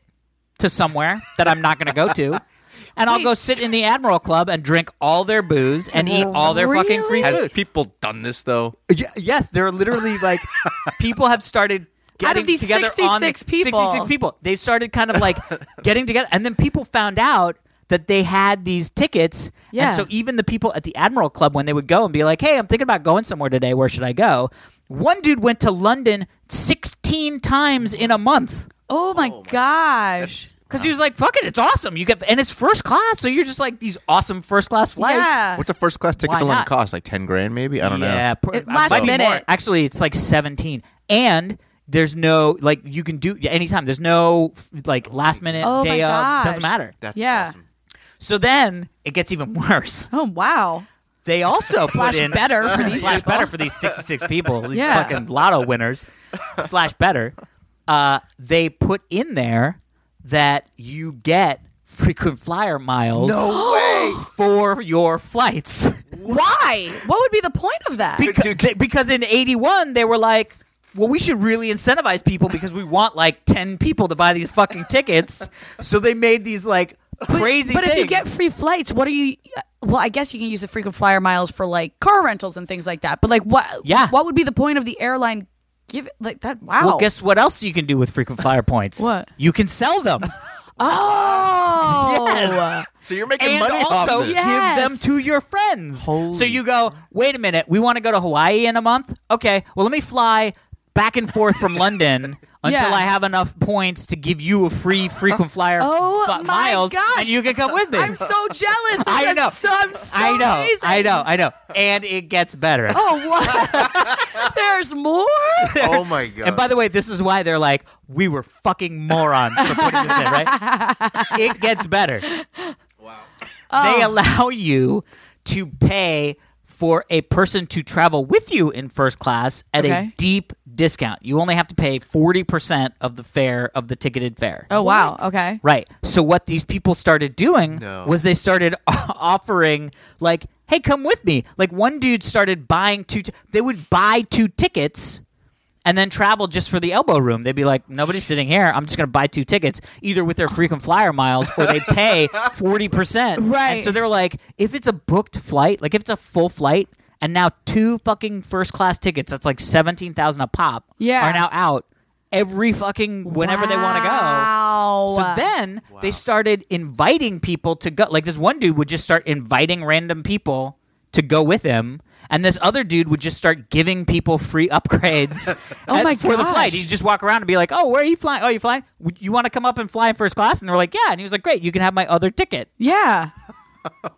Speaker 1: to somewhere that I'm not gonna go to." And I'll
Speaker 3: Wait.
Speaker 1: go sit in the Admiral Club and drink all their booze and eat all their fucking free
Speaker 3: Really?
Speaker 1: food.
Speaker 2: Has people done this though?
Speaker 1: Y- yes, there are literally like people have started
Speaker 3: Out
Speaker 1: getting
Speaker 3: of these
Speaker 1: together on the-
Speaker 3: 66 people.
Speaker 1: 66 people. They started kind of like getting together, and then people found out that they had these tickets.
Speaker 3: Yeah.
Speaker 1: And so even the people at the Admiral Club, when they would go and be like, "Hey, I'm thinking about going somewhere today. Where should I go?" One dude went to London 16 times in a month.
Speaker 3: oh my gosh.
Speaker 1: Because he was like, "Fuck it, it's awesome. You get and it's first class, so you're just like these awesome first class flights."
Speaker 3: Yeah.
Speaker 2: What's a first class ticket
Speaker 1: Why
Speaker 2: to London
Speaker 1: not?
Speaker 2: cost? Like ten grand, maybe. I don't
Speaker 1: yeah,
Speaker 2: know.
Speaker 1: pr-
Speaker 3: It- last
Speaker 1: might be
Speaker 3: minute.
Speaker 1: more. Actually, it's like 17. And there's no like you can do yeah, anytime. There's no like last minute
Speaker 3: Oh
Speaker 1: day
Speaker 3: my
Speaker 1: of
Speaker 3: gosh.
Speaker 1: doesn't matter.
Speaker 2: That's
Speaker 3: Yeah.
Speaker 2: awesome.
Speaker 1: So then it gets even worse.
Speaker 3: Oh wow.
Speaker 1: They also
Speaker 3: Slash
Speaker 1: put in
Speaker 3: better for these
Speaker 1: slash
Speaker 3: people.
Speaker 1: better for these 66 people, these
Speaker 3: Yeah.
Speaker 1: fucking lotto winners slash better. Uh, they put in there that you get frequent flyer miles
Speaker 2: No way.
Speaker 1: for your flights.
Speaker 3: Why? What would be the point of that?
Speaker 1: because, they- because in 81 they were like well we should really incentivize people because we want like 10 people to buy these fucking tickets so they made these like crazy
Speaker 3: But if you
Speaker 1: things.
Speaker 3: get free flights, what are you? Well, I guess you can use the frequent flyer miles for like car rentals and things like that. But like, what?
Speaker 1: Yeah.
Speaker 3: What would be the point of the airline? Give like that. Wow.
Speaker 1: well guess what else you can do with frequent flyer points
Speaker 3: What?
Speaker 1: you can sell them
Speaker 3: Oh.
Speaker 1: Yes.
Speaker 2: So you're making
Speaker 1: and
Speaker 2: money
Speaker 1: also
Speaker 2: off this.
Speaker 3: Yes.
Speaker 1: give them to your friends so
Speaker 2: Holy
Speaker 1: you go wait a minute we want to go to hawaii in a month okay well let me fly back and forth from london until
Speaker 3: Yeah.
Speaker 1: i have enough points to give you a free frequent flyer
Speaker 3: Oh
Speaker 1: fi-
Speaker 3: my
Speaker 1: miles
Speaker 3: gosh.
Speaker 1: and you can come with me
Speaker 3: I'm so jealous. This
Speaker 1: I
Speaker 3: is
Speaker 1: know.
Speaker 3: So, I'm so
Speaker 1: I know,
Speaker 3: amazing.
Speaker 1: I know, I know, and it gets better.
Speaker 3: Oh what? There's more.
Speaker 2: Oh my god.
Speaker 1: And by the way, this is why they're like, we were fucking morons for putting this in, right? It gets better. Wow. They allow you to pay for a person to travel with you in first class at a
Speaker 3: Okay.
Speaker 1: deep discount. You only have to pay 40% of the fare of the ticketed fare.
Speaker 3: Oh wow. Okay.
Speaker 1: Right. So what these people started doing
Speaker 2: No.
Speaker 1: was they started offering like, "Hey, come with me." Like one dude started buying two. T- they would buy two tickets and then travel just for the elbow room. They'd be like, "Nobody's sitting here. I'm just going to buy two tickets, either with their frequent flyer miles or they pay forty percent."
Speaker 3: Right.
Speaker 1: And so they're like, if it's a booked flight, like if it's a full flight. And now two fucking first class tickets. That's like seventeen thousand a pop.
Speaker 3: Yeah.
Speaker 1: are now out every fucking whenever they want to go.
Speaker 3: Wow.
Speaker 1: So then they started inviting people to go. Like this one dude would just start inviting random people to go with him. And this other dude would just start giving people free upgrades
Speaker 3: Oh
Speaker 1: at-
Speaker 3: my
Speaker 1: for the flight.
Speaker 3: gosh.
Speaker 1: He'd just walk around and be like, "Oh, where are you flying? Oh, you flying? Would you want to come up and fly in first class?" And they were like, "Yeah." And he was like, "Great, you can have my other ticket."
Speaker 3: Yeah.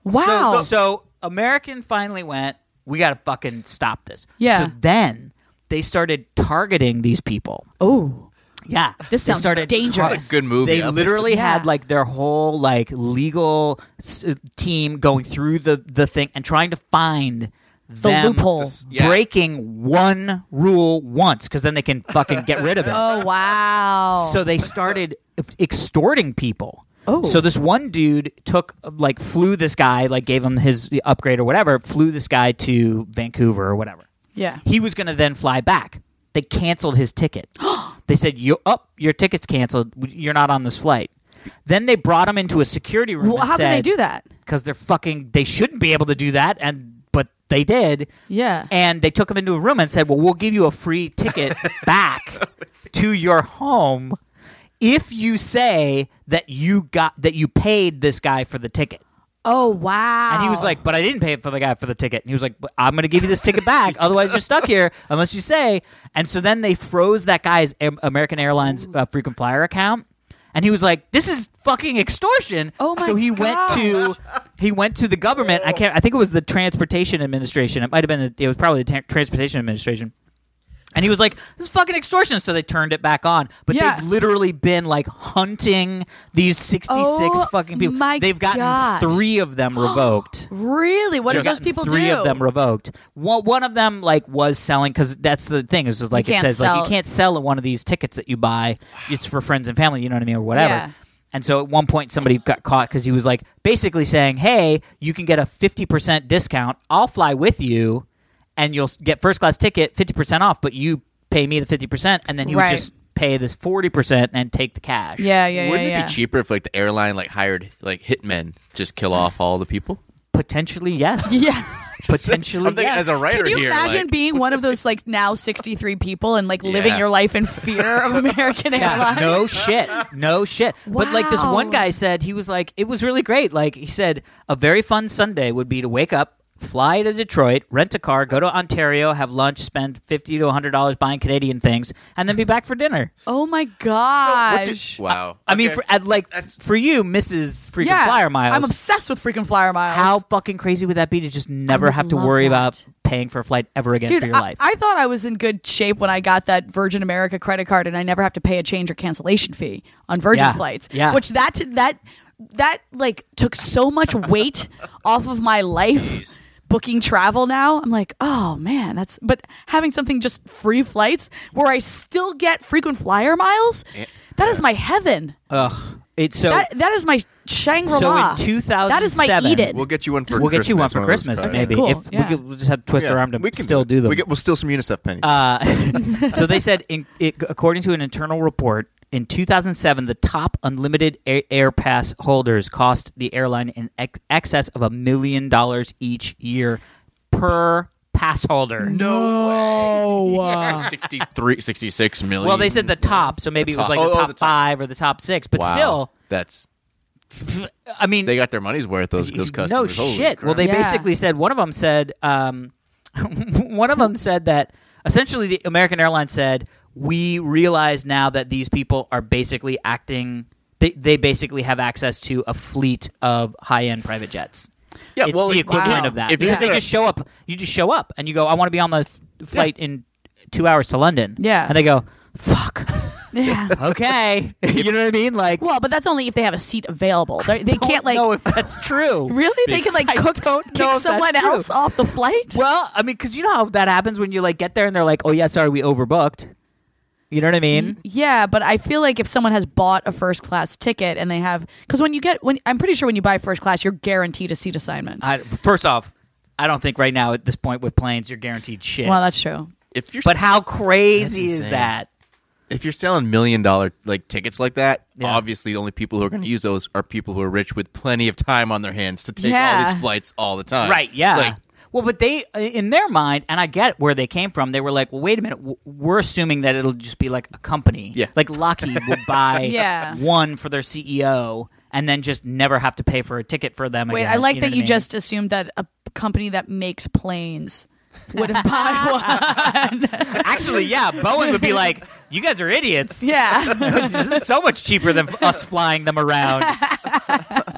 Speaker 3: Wow.
Speaker 1: So, so American finally went, "We got to fucking stop this."
Speaker 3: Yeah.
Speaker 1: So then they started targeting these people.
Speaker 3: oh,
Speaker 1: Yeah.
Speaker 3: this
Speaker 1: They
Speaker 3: sounds
Speaker 1: started
Speaker 3: dangerous.
Speaker 2: It's a good movie.
Speaker 1: they
Speaker 2: I'll take
Speaker 1: literally
Speaker 3: Yeah.
Speaker 1: had like their whole like legal s- uh, team going through the the thing and trying to find
Speaker 3: The
Speaker 1: them
Speaker 3: loophole.
Speaker 2: This- yeah.
Speaker 1: breaking one rule once because then they can fucking get rid of it.
Speaker 3: Oh wow.
Speaker 1: So they started extorting people.
Speaker 3: Oh.
Speaker 1: So this one dude took like flew this guy like gave him his upgrade or whatever flew this guy to Vancouver or whatever.
Speaker 3: yeah.
Speaker 1: He was going to then fly back. They canceled his ticket. they said, "You up? your ticket's canceled. You're not on this flight." Then they brought him into a security room.
Speaker 3: Well, how can they do that?
Speaker 1: Because they're fucking. They shouldn't be able to do that, and but they did.
Speaker 3: Yeah.
Speaker 1: And they took him into a room and said, "Well, we'll give you a free ticket back to your home if you say that you got that you paid this guy for the ticket."
Speaker 3: Oh wow.
Speaker 1: And he was like, "But I didn't pay for the guy for the ticket." And he was like, but "I'm going to give you this ticket back, otherwise you're stuck here unless you say." And so then they froze that guy's Am- American Airlines uh, frequent flyer account, and he was like, "This is fucking extortion."
Speaker 3: Oh my
Speaker 1: So he went to he went to the government. I can't. I think it was the Transportation Administration. It might have been. The, it was probably the Tran- Transportation Administration. And he was like, "This is fucking extortion." So they turned it back on. But
Speaker 3: Yeah.
Speaker 1: they've literally been like hunting these sixty-six
Speaker 3: Oh,
Speaker 1: fucking people.
Speaker 3: my
Speaker 1: they've gotten
Speaker 3: gosh.
Speaker 1: three of them revoked.
Speaker 3: Really? What did
Speaker 2: Just
Speaker 3: those people
Speaker 1: three
Speaker 3: do?
Speaker 1: of them revoked. One, one of them like was selling because that's the thing. It's just like
Speaker 3: You
Speaker 1: it
Speaker 3: can't
Speaker 1: says like
Speaker 3: sell-
Speaker 1: you can't sell one of these tickets that you buy. It's for friends and family. You know what I mean or whatever.
Speaker 3: Yeah.
Speaker 1: And so at one point somebody got caught because he was like basically saying, "Hey, you can get a fifty percent discount. I'll fly with you, and you'll s- get first class ticket fifty percent off, but you pay me the fifty percent, and then you
Speaker 3: Right.
Speaker 1: would just pay this forty percent and take the cash."
Speaker 3: yeah, yeah, yeah.
Speaker 2: Wouldn't
Speaker 3: yeah.
Speaker 2: it be cheaper if like the airline like hired like hitmen just kill off all the people?
Speaker 1: potentially yes.
Speaker 3: Yeah.
Speaker 1: Potentially
Speaker 2: I'm thinking
Speaker 1: yes.
Speaker 2: as a writer
Speaker 3: Can you
Speaker 2: here,
Speaker 3: imagine
Speaker 2: like,
Speaker 3: being one of those like now 63 people and like living
Speaker 2: Yeah.
Speaker 3: your life in fear of American
Speaker 1: Yeah,
Speaker 3: Airlines?
Speaker 1: no shit. No shit. But like this one
Speaker 3: Wow.
Speaker 1: guy said, he was like, it was really great. Like he said, a very fun Sunday would be to wake up, fly to Detroit, rent a car, go to Ontario, have lunch, spend fifty to hundred dollars buying Canadian things, and then be back for dinner.
Speaker 3: Oh my gosh.
Speaker 2: wow.
Speaker 1: I mean,
Speaker 2: Okay.
Speaker 1: for, at, like for you, Mrs. Freaking
Speaker 3: yeah.
Speaker 1: Flyer Miles.
Speaker 3: I'm obsessed with freaking flyer miles.
Speaker 1: how fucking crazy would that be to just never
Speaker 3: would
Speaker 1: have to
Speaker 3: love
Speaker 1: worry
Speaker 3: that.
Speaker 1: about paying for a flight ever again
Speaker 3: Dude,
Speaker 1: for your
Speaker 3: I,
Speaker 1: life?
Speaker 3: I thought I was in good shape when I got that Virgin America credit card, and I never have to pay a change or cancellation fee on Virgin
Speaker 1: Yeah.
Speaker 3: flights.
Speaker 1: Yeah.
Speaker 3: which that t- that that like took so much weight off of my life. Booking travel now, I'm like, oh man, that's. But having something just free flights where I still get frequent flyer miles, that is my heaven.
Speaker 1: Ugh. It's so.
Speaker 3: that that is my Shangri La.
Speaker 1: So in
Speaker 3: that is my
Speaker 1: 2007
Speaker 3: Eden.
Speaker 2: We'll get you one for
Speaker 1: We'll
Speaker 2: Christmas,
Speaker 1: get you one for
Speaker 2: of those
Speaker 1: Christmas,
Speaker 2: cards.
Speaker 1: maybe.
Speaker 3: cool.
Speaker 1: If
Speaker 3: Yeah.
Speaker 1: we could, we'll just have to twist
Speaker 2: Yeah,
Speaker 1: our arm to
Speaker 2: we can
Speaker 1: still
Speaker 2: do,
Speaker 1: do them.
Speaker 2: We get, we'll steal some UNICEF pennies.
Speaker 1: Uh, so they said, in, it, according to an internal report, in 2007, the top unlimited air, air pass holders cost the airline in ex- excess of a million dollars each year per pass holder.
Speaker 2: no way. 63, 66 million.
Speaker 1: Well, they said the top, so maybe
Speaker 2: The
Speaker 1: it was
Speaker 2: top.
Speaker 1: like
Speaker 2: Oh,
Speaker 1: the
Speaker 2: oh,
Speaker 1: top
Speaker 2: the top.
Speaker 1: five or the top six. But
Speaker 2: wow.
Speaker 1: still,
Speaker 2: that's
Speaker 1: I mean,
Speaker 2: they got their money's worth. Those those
Speaker 1: no
Speaker 2: customers. Holy
Speaker 1: shit. Well,
Speaker 2: crap.
Speaker 1: they
Speaker 3: Yeah.
Speaker 1: basically said one of them said um, one of them said that essentially the American Airlines said we realize now that these people are basically acting. They, they basically have access to a fleet of high end private jets.
Speaker 2: Yeah,
Speaker 1: It's
Speaker 2: well,
Speaker 1: the
Speaker 2: if-
Speaker 1: equivalent
Speaker 3: wow.
Speaker 1: of that
Speaker 2: if
Speaker 1: because
Speaker 2: you're
Speaker 1: they
Speaker 2: gonna-
Speaker 1: just show up. You just show up and you go. I want to be on the f- flight in two hours to London.
Speaker 3: Yeah.
Speaker 1: and they go. Fuck.
Speaker 3: yeah.
Speaker 1: Okay, you know what I mean? Like,
Speaker 3: Well, but that's only if they have a seat available. They, they
Speaker 1: don't
Speaker 3: can't like
Speaker 1: know if that's true.
Speaker 3: Really? They could like
Speaker 1: I
Speaker 3: cook
Speaker 1: don't know
Speaker 3: kick
Speaker 1: if that's
Speaker 3: someone
Speaker 1: true.
Speaker 3: else off the flight?
Speaker 1: Well, I mean, because you know how that happens when you like get there and they're like, "Oh yeah, sorry, we overbooked." You know what I
Speaker 3: Mm-hmm.
Speaker 1: mean?
Speaker 3: yeah, but I feel like if someone has bought a first class ticket and they have cuz when you get when I'm pretty sure when you buy first class you're guaranteed a seat assignment.
Speaker 1: I, first off, I don't think right now at this point with planes you're guaranteed shit.
Speaker 3: well, that's true.
Speaker 2: if you're
Speaker 1: but
Speaker 2: s-
Speaker 1: how crazy
Speaker 2: That's
Speaker 1: is
Speaker 2: insane.
Speaker 1: that?
Speaker 2: if you're selling million dollar like tickets like that,
Speaker 1: Yeah.
Speaker 2: obviously the only people who are going to use those are people who are rich with plenty of time on their hands to take all
Speaker 3: Yeah.
Speaker 2: these flights all the time.
Speaker 1: Right?
Speaker 2: It's
Speaker 1: Yeah.
Speaker 2: like,
Speaker 1: well, but they in their mind, and I get where they came from. They were like, "Well, wait a minute. w- We're assuming that it'll just be like a company,
Speaker 2: Yeah.
Speaker 1: Like Lockheed would buy
Speaker 3: Yeah.
Speaker 1: one for their CEO." And then just never have to pay for a ticket for them.
Speaker 3: Wait,
Speaker 1: again,
Speaker 3: I like
Speaker 1: know
Speaker 3: that
Speaker 1: what
Speaker 3: you
Speaker 1: mean?
Speaker 3: just assumed that a company that makes planes would have bought one.
Speaker 1: actually, yeah. Boeing would be like, "You guys are idiots."
Speaker 3: yeah.
Speaker 1: this is so much cheaper than us flying them around.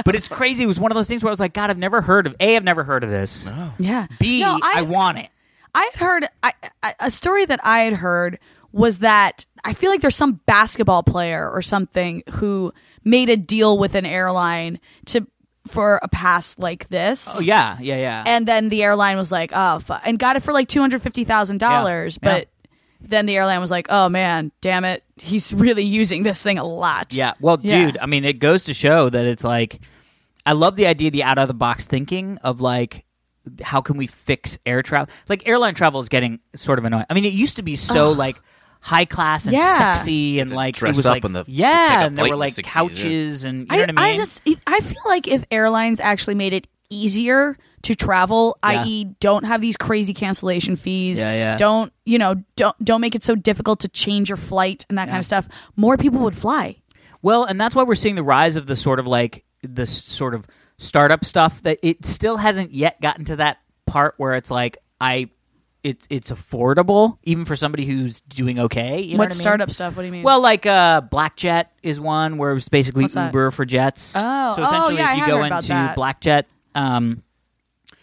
Speaker 1: but it's crazy. It was one of those things where I was like, God, I've never heard of A, I've never heard of this.
Speaker 3: Yeah.
Speaker 1: B,
Speaker 3: No,
Speaker 1: I want it.
Speaker 3: I had heard I, I, a story that I had heard was that I feel like there's some basketball player or something who made a deal with an airline to for a pass like this.
Speaker 1: Oh yeah, yeah, yeah.
Speaker 3: And then the airline was like, "Oh, fu-, and got it for like two hundred fifty thousand dollars."
Speaker 1: Yeah.
Speaker 3: But then the airline was like, "Oh man, damn it, he's really using this thing a lot."
Speaker 1: yeah. Well,
Speaker 3: Yeah.
Speaker 1: dude, I mean, it goes to show that it's like, I love the idea, of the out of the box thinking of like, how can we fix air travel? Like airline travel is getting sort of annoying. I mean, it used to be so like high class and
Speaker 3: Yeah.
Speaker 1: sexy and like it
Speaker 2: dress
Speaker 1: was
Speaker 2: up
Speaker 1: like
Speaker 2: on the- take a
Speaker 1: yeah, and there
Speaker 2: flight
Speaker 1: were
Speaker 2: in the
Speaker 1: like
Speaker 2: 60s, yeah.
Speaker 1: couches and you know
Speaker 3: I,
Speaker 1: what I mean.
Speaker 3: I just e, I feel like if airlines actually made it easier to travel,
Speaker 1: Yeah.
Speaker 3: i.e., don't have these crazy cancellation fees,
Speaker 1: Yeah, yeah.
Speaker 3: don't you know, don't don't make it so difficult to change your flight and that kind of stuff, more people would fly.
Speaker 1: Well, and that's why we're seeing the rise of the sort of like the s- sort of startup stuff that it still hasn't yet gotten to that part where it's like I it's it's affordable even for somebody who's doing okay. You know
Speaker 3: what
Speaker 1: what I mean?
Speaker 3: startup stuff? What do you mean?
Speaker 1: Well, like uh, Blackjet is one where it's basically
Speaker 3: What's that?
Speaker 1: Uber for jets.
Speaker 3: Oh,
Speaker 1: so
Speaker 3: oh,
Speaker 1: essentially,
Speaker 3: yeah, I
Speaker 1: if you
Speaker 3: have
Speaker 1: go
Speaker 3: heard about
Speaker 1: into
Speaker 3: that.
Speaker 1: Blackjet, um,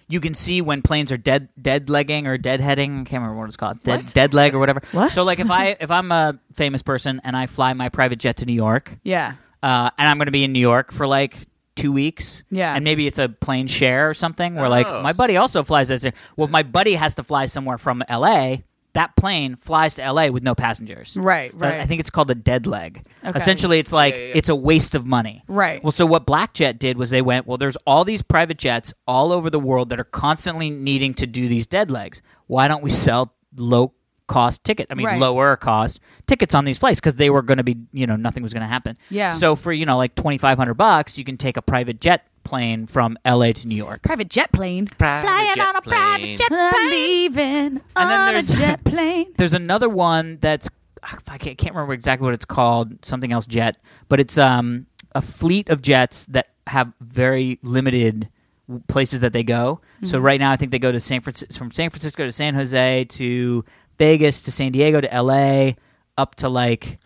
Speaker 1: you can see when planes are dead dead legging or dead heading. I can't remember what it's called. Dead
Speaker 3: What?
Speaker 1: dead leg or whatever.
Speaker 3: What?
Speaker 1: So like if I if I'm a famous person and I fly my private jet to New York,
Speaker 3: Yeah.
Speaker 1: uh, and I'm going to be in New York for like two weeks.
Speaker 3: Yeah.
Speaker 1: and maybe it's a plane share or something. Where like my buddy also flies out there. Well, if my buddy has to fly somewhere from L.A. That plane flies to L.A. with no passengers.
Speaker 3: Right,
Speaker 1: So I-
Speaker 3: right.
Speaker 1: I think it's called a dead leg.
Speaker 3: Okay.
Speaker 1: Essentially, it's like it's a waste of money.
Speaker 3: Right.
Speaker 1: Well, so what Blackjet did was they went, well, there's all these private jets all over the world that are constantly needing to do these dead legs. Why don't we sell low cost ticket? I mean,
Speaker 3: Right.
Speaker 1: lower cost tickets on these flights because they were going to be, you know, nothing was going to happen.
Speaker 3: Yeah.
Speaker 1: So for you know like 2,500 bucks, you can take a private jet plane from L.A. to New York.
Speaker 3: Private jet plane.
Speaker 2: Flying on a private jet. plane.
Speaker 3: I'm leaving on a
Speaker 1: there's-
Speaker 3: jet plane.
Speaker 1: There's another one that's ah, I can't, can't remember exactly what it's called, something else jet, but it's um a fleet of jets that have very limited w- places that they go. So right now, I think they go to San Francisco from San Francisco to San Jose to Vegas to San Diego to L.A. up to like.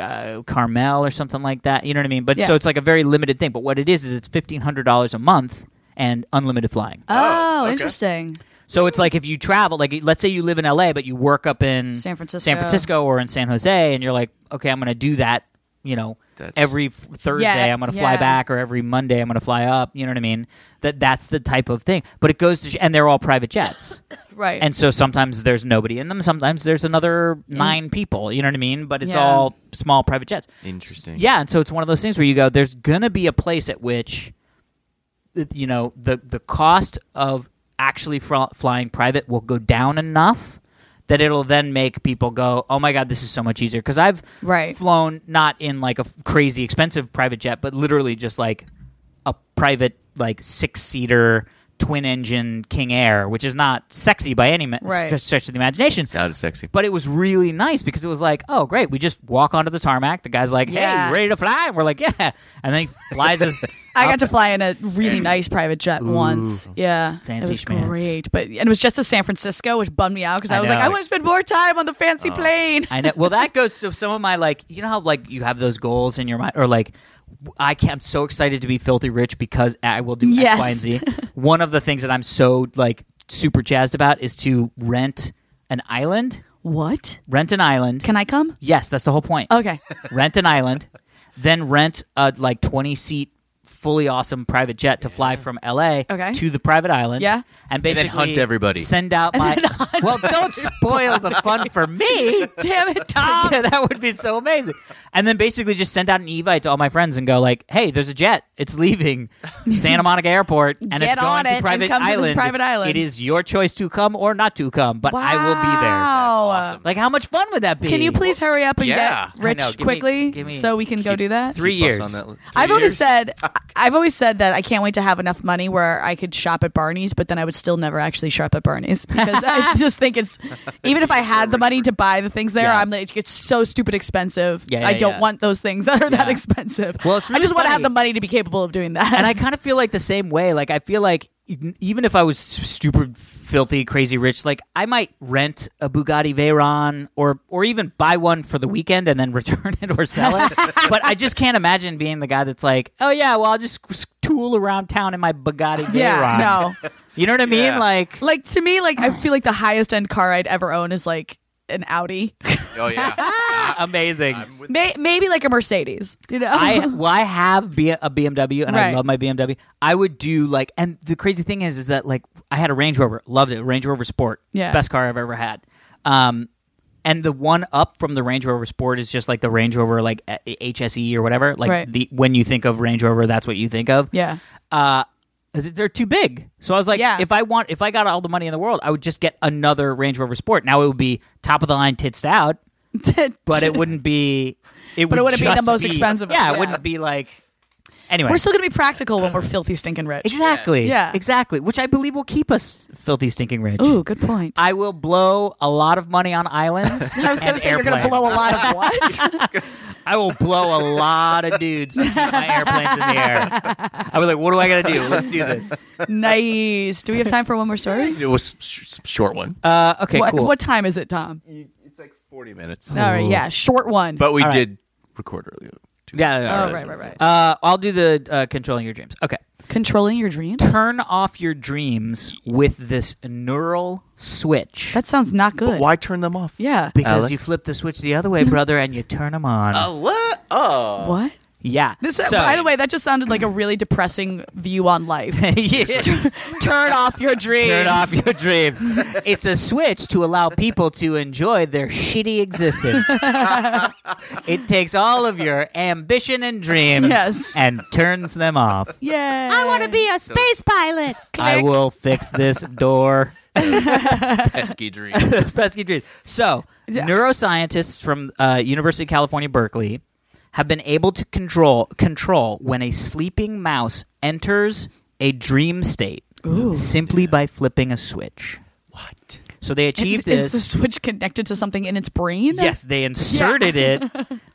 Speaker 1: Uh, Carmel or something like that. You know what I mean? But
Speaker 3: Yeah.
Speaker 1: so it's like a very limited thing. But what it is is it's fifteen hundred dollars a month and unlimited flying.
Speaker 3: Oh,
Speaker 2: okay.
Speaker 3: interesting.
Speaker 1: So it's like if you travel, like let's say you live in LA, but you work up in
Speaker 3: San Francisco.
Speaker 1: San Francisco or in San Jose, and you're like, okay, I'm going to do that. You know,
Speaker 2: That's-
Speaker 1: every f- Thursday
Speaker 3: Yeah,
Speaker 1: I'm going to fly
Speaker 3: yeah.
Speaker 1: back, or every Monday I'm going to fly up. You know what I mean? That that's the type of thing. But it goes to, sh- and they're all private jets,
Speaker 3: Right.
Speaker 1: and so sometimes there's nobody in them. Sometimes there's another nine people. You know what I mean? But it's
Speaker 3: Yeah.
Speaker 1: all small private jets.
Speaker 2: Interesting.
Speaker 1: Yeah, and so it's one of those things where you go, there's gonna be a place at which, th- you know, the the cost of actually fr- flying private will go down enough that it'll then make people go, oh my god, this is so much easier. Because I've
Speaker 3: Right.
Speaker 1: flown not in like a f- crazy expensive private jet, but literally just like a private like six seater twin engine King Air, which is not sexy by any me-
Speaker 3: Right.
Speaker 1: stretch- stretch of the imagination.
Speaker 2: Sounded sexy.
Speaker 1: But it was really nice because it was like, oh, great. We just walk onto the tarmac. The guy's like, hey,
Speaker 3: Yeah.
Speaker 1: you ready to fly? And we're like, yeah. And then he flies us.
Speaker 3: I
Speaker 1: up.
Speaker 3: got to fly in a really nice private jet once. Yeah,
Speaker 1: Fancy
Speaker 3: it was
Speaker 1: schmancy.
Speaker 3: great, but and it was just to San Francisco, which bummed me out because I,
Speaker 1: I
Speaker 3: was
Speaker 1: know. Oh.
Speaker 3: like, I want to spend more time on the fancy plane.
Speaker 1: I know. Well, that goes to some of my like, you know how like you have those goals in your mind, or like, I can, I'm so excited to be filthy rich because I will do
Speaker 3: Yes.
Speaker 1: X, Y, and Z. One of the things that I'm so like super jazzed about is to rent an island.
Speaker 3: What?
Speaker 1: Rent an island.
Speaker 3: Can Oh, I come?
Speaker 1: yes, that's the whole point.
Speaker 3: Okay.
Speaker 1: rent an island, then rent a like twenty seat fully awesome private jet to fly from LA
Speaker 3: Okay.
Speaker 1: to the private island.
Speaker 3: Yeah.
Speaker 1: And basically
Speaker 2: hunt everybody.
Speaker 1: Send out my Well, don't spoil the fun for me.
Speaker 3: Damn it, Tom.
Speaker 1: Yeah, that would be so amazing. And then basically just send out an evite to all my friends and go like, "Hey, there's a jet. It's leaving Santa Monica Airport, and
Speaker 3: Get
Speaker 1: it's going
Speaker 3: on it
Speaker 1: to
Speaker 3: and
Speaker 1: private
Speaker 3: come to this
Speaker 1: island.
Speaker 3: private island."
Speaker 1: It is your choice to come or not to come, but I will be there.
Speaker 3: Wow.
Speaker 2: awesome.
Speaker 1: uh, Like, how much fun would that be?
Speaker 3: Can you please hurry up and
Speaker 2: Yeah.
Speaker 3: get rich
Speaker 1: I know. Give me-
Speaker 3: quickly
Speaker 1: give me-
Speaker 3: so we can go do that?
Speaker 1: Three
Speaker 2: Keep us
Speaker 1: years.
Speaker 2: on that li-
Speaker 3: I've
Speaker 2: three
Speaker 3: always
Speaker 2: years?
Speaker 3: said I've always said that I can't wait to have enough money where I could shop at Barney's, but then I would still never actually shop at Barney's because I just think it's even if I had the money to buy the things there,
Speaker 1: Yeah.
Speaker 3: I'm like it's so stupid expensive.
Speaker 1: Yeah, yeah,
Speaker 3: I don't
Speaker 1: yeah.
Speaker 3: want those things that are that
Speaker 1: Yeah.
Speaker 3: expensive.
Speaker 1: Well, it's
Speaker 3: I
Speaker 1: really
Speaker 3: just want to have
Speaker 1: funny.
Speaker 3: the money to be capable of doing that.
Speaker 1: and I kind of feel like the same way. Like I feel like e- even if I was stupid, filthy, crazy rich, like I might rent a Bugatti Veyron or or even buy one for the weekend and then return it or sell it. but I just can't imagine being the guy that's like, oh yeah, well I'll just s- tool around town in my Bugatti Veyron.
Speaker 3: yeah, no.
Speaker 1: You know what I mean?
Speaker 2: Yeah.
Speaker 1: Like.
Speaker 3: Like to me, like I feel like the highest end car I'd ever own is like an Audi,
Speaker 2: Oh yeah.
Speaker 1: Amazing.
Speaker 3: Uh,
Speaker 2: I'm with
Speaker 3: May- maybe like a Mercedes. You know,
Speaker 1: I well, I have B- a BMW, and I
Speaker 3: Right.
Speaker 1: love my BMW. I would do like, and the crazy thing is, is that like I had a Range Rover, loved it, Range Rover Sport,
Speaker 3: Yeah.
Speaker 1: best car I've ever had. Um, and the one up from the Range Rover Sport is just like the Range Rover like eh, a- HSE E or whatever. Like
Speaker 3: Right.
Speaker 1: the when you think of Range Rover, that's what you think of.
Speaker 3: yeah.
Speaker 1: Uh, th- they're too big. So I was like,
Speaker 3: Yeah.
Speaker 1: if I want, if I got all the money in the world, I would just get another Range Rover Sport. Now it would be top of the line, tits out but it wouldn't be. It
Speaker 3: But it
Speaker 1: would
Speaker 3: wouldn't be
Speaker 1: just
Speaker 3: the most expensive
Speaker 1: Yeah,
Speaker 3: one.
Speaker 1: it wouldn't be like. Anyway,
Speaker 3: we're still gonna be practical when we're filthy stinking rich.
Speaker 1: exactly,
Speaker 3: Yeah.
Speaker 1: exactly, which I believe will keep us filthy, stinking rich.
Speaker 3: Ooh, good point.
Speaker 1: I will blow a lot of money on islands.
Speaker 3: I was going
Speaker 1: and
Speaker 3: to say you're going to
Speaker 1: airplanes.
Speaker 3: blow a lot of what?
Speaker 1: I will blow a lot of dudes on my airplanes in the air. I was like, what do I got to do? Let's do this.
Speaker 3: nice. Do we have time for one more story?
Speaker 2: It was sh- short one.
Speaker 1: Uh, okay,
Speaker 3: what,
Speaker 1: cool.
Speaker 3: what time is it, Tom?
Speaker 2: It's like 40 minutes.
Speaker 3: All right, yeah, short one.
Speaker 2: But we
Speaker 1: right.
Speaker 2: did record earlier.
Speaker 1: Yeah, yeah, yeah.
Speaker 3: oh, right, right, right.
Speaker 1: Uh, I'll do the uh, controlling your dreams. Okay.
Speaker 3: Controlling your dreams?
Speaker 1: turn off your dreams with this neural switch.
Speaker 3: That sounds not good.
Speaker 2: Why turn them off?
Speaker 3: Yeah.
Speaker 1: because
Speaker 2: Alex?
Speaker 1: you flip the switch the other way, brother, and you turn them on.
Speaker 2: Uh, what? Oh.
Speaker 3: what?
Speaker 1: Yeah.
Speaker 3: This,
Speaker 1: so,
Speaker 3: by the way, that just sounded like a really depressing view on life.
Speaker 1: yeah.
Speaker 3: Turn off your dreams.
Speaker 1: Turn off your dream. it's a switch to allow people to enjoy their shitty existence. it takes all of your ambition and dreams
Speaker 3: Yes.
Speaker 1: and turns them off.
Speaker 3: Yeah. I want to be a space pilot.
Speaker 1: I will fix this door.
Speaker 2: Pesky dream.
Speaker 1: This pesky dream. So, neuroscientists from uh, University of California, Berkeley, have been able to control control when a sleeping mouse enters a dream state simply by flipping a switch.
Speaker 2: what?
Speaker 1: So they achieved
Speaker 3: Is, is the
Speaker 1: this.
Speaker 3: switch connected to something in its brain?
Speaker 1: Yes, they inserted it.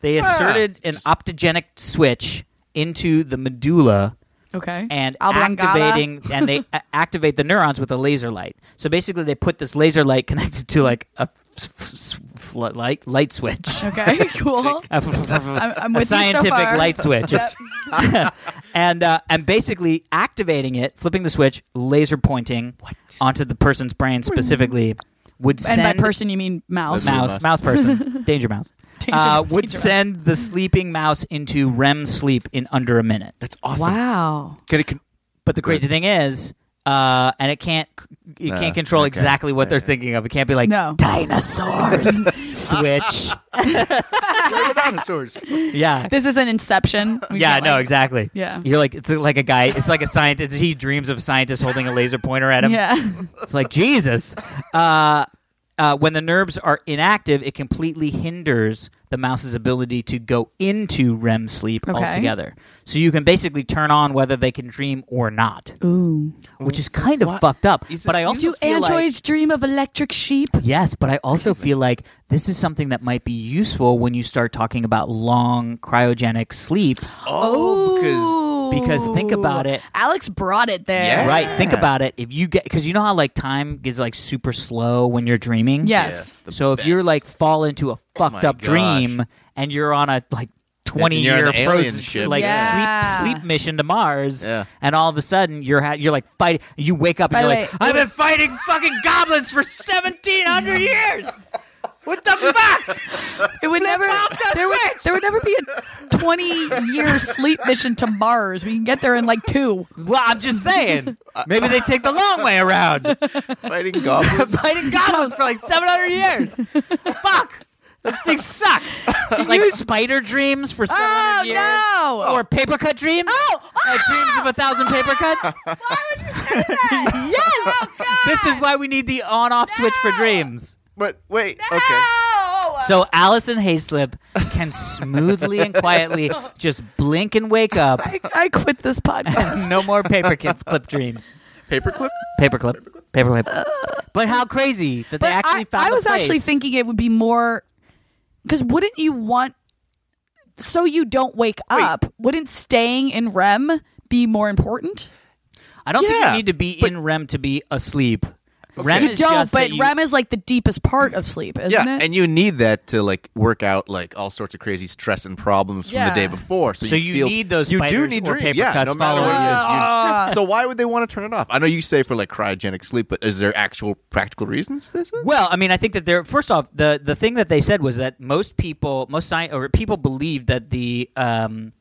Speaker 1: They inserted an optogenic switch into the medula
Speaker 3: Okay.
Speaker 1: and
Speaker 3: Oblongata.
Speaker 1: activating and they a- activate the neurons with a laser light. So basically they put this laser light connected to like a f- f- f- light light switch.
Speaker 3: Okay. Cool.
Speaker 1: A f- f- f-
Speaker 3: I'm, I'm
Speaker 1: a
Speaker 3: with you
Speaker 1: scientific
Speaker 3: so far.
Speaker 1: light switch.
Speaker 3: Yep.
Speaker 1: and uh, and basically activating it, flipping the switch, laser pointing onto the person's brain specifically would
Speaker 3: And
Speaker 1: send
Speaker 3: by person, you mean mouse.
Speaker 2: That's-
Speaker 1: mouse, mouse person, danger mouse,
Speaker 3: Danger
Speaker 1: uh,
Speaker 3: mouse,
Speaker 1: would
Speaker 3: danger mouse.
Speaker 1: send the sleeping mouse into REM sleep in under a minute.
Speaker 2: That's awesome.
Speaker 3: Wow.
Speaker 2: Can it con-
Speaker 1: But the crazy thing is, uh, and it can't it
Speaker 2: No,
Speaker 1: can't control
Speaker 2: okay.
Speaker 1: exactly what they're
Speaker 2: Okay.
Speaker 1: thinking of. It can't be like
Speaker 3: No.
Speaker 1: dinosaurs switch.
Speaker 2: dinosaurs.
Speaker 1: Yeah.
Speaker 3: This is an inception. We
Speaker 1: yeah,
Speaker 3: can't,
Speaker 1: no,
Speaker 3: like-
Speaker 1: exactly.
Speaker 3: Yeah.
Speaker 1: you're like it's like a guy. It's like a scientist. He dreams of scientists holding a laser pointer at him.
Speaker 3: Yeah.
Speaker 1: It's like Jesus. Uh, uh, when the nerves are inactive, it completely hinders the mouse's ability to go into REM sleep
Speaker 3: Okay.
Speaker 1: altogether. So you can basically turn on whether they can dream or not,
Speaker 3: Ooh.
Speaker 1: which is kind of fucked up.
Speaker 2: Is
Speaker 1: But
Speaker 2: this
Speaker 1: I also
Speaker 2: useful?
Speaker 1: feel like-
Speaker 3: dream of electric sheep?
Speaker 1: Yes, but I also feel like this is something that might be useful when you start talking about long cryogenic sleep.
Speaker 2: Oh,
Speaker 1: because think about it.
Speaker 3: Alex brought it there.
Speaker 2: Yeah.
Speaker 1: Right, think about it. If you get cuz you know how like time gets like super slow when you're dreaming?
Speaker 2: because
Speaker 3: Yes.
Speaker 2: it's the
Speaker 1: so if you're
Speaker 2: best. Oh
Speaker 1: like fall into a fucked
Speaker 2: my
Speaker 1: up
Speaker 2: gosh.
Speaker 1: dream and you're on a like 20
Speaker 2: you're on
Speaker 1: year
Speaker 2: an alien
Speaker 1: frozen
Speaker 2: ship.
Speaker 1: like
Speaker 3: Yeah.
Speaker 1: sleep sleep mission to Mars
Speaker 2: Yeah.
Speaker 1: and all of a sudden you're ha- you're like fighting you wake up
Speaker 3: By
Speaker 1: and
Speaker 3: the
Speaker 1: you're
Speaker 3: way-
Speaker 1: like I've been fighting fucking goblins for 1700 years. What the fuck?
Speaker 3: It would never. There would, there would never be a twenty-year sleep mission to Mars. We can get there in like two.
Speaker 1: Well, I'm just saying. Maybe they take the long way around.
Speaker 2: fighting goblins.
Speaker 1: Fighting goblins for like 700 years. Fuck. Those things suck. Like spider dreams for 700 years.
Speaker 3: Oh, no!
Speaker 1: Or paper cut dreams. Oh! Like dreams of a thousand paper cuts. Why would you say that?
Speaker 3: Oh,
Speaker 1: yes! This is why we need the on off switch for dreams.
Speaker 2: but wait, okay.
Speaker 1: So Allison Hayslip can smoothly and quietly just blink and wake up.
Speaker 3: I, I quit this podcast.
Speaker 1: No more paper clip clip dreams.
Speaker 2: Paperclip.
Speaker 1: Paperclip. Paperclip. But how crazy that they
Speaker 3: But
Speaker 1: actually
Speaker 3: I,
Speaker 1: found
Speaker 3: I
Speaker 1: a
Speaker 3: was actually
Speaker 1: place.
Speaker 3: thinking it would be more because wouldn't you want so you don't wake up? Wouldn't staying in REM be more important?
Speaker 1: I don't think
Speaker 2: Yeah,
Speaker 1: you need to be
Speaker 2: but-
Speaker 1: in REM to be asleep. REM
Speaker 2: You
Speaker 1: is
Speaker 3: Don't,
Speaker 1: just
Speaker 3: but
Speaker 1: that you-
Speaker 3: REM is like the deepest part of sleep, isn't
Speaker 2: Yeah,
Speaker 3: it?
Speaker 2: and you need that to like work out like all sorts of crazy stress and problems
Speaker 3: Yeah.
Speaker 2: from the day before. So,
Speaker 1: So
Speaker 2: you,
Speaker 1: you
Speaker 2: feel-
Speaker 1: need those
Speaker 2: You do
Speaker 1: spiders
Speaker 2: need
Speaker 1: or
Speaker 2: dream.
Speaker 1: paper
Speaker 2: yeah,
Speaker 1: cuts
Speaker 2: no matter what
Speaker 1: following
Speaker 2: it is. You, so why would they want to turn it off? I know you say for like cryogenic sleep, but is there actual practical reasons? to This
Speaker 1: Well, I mean, I think that there. First off, the the thing that they said was that most people, most sci- or people believed that the um,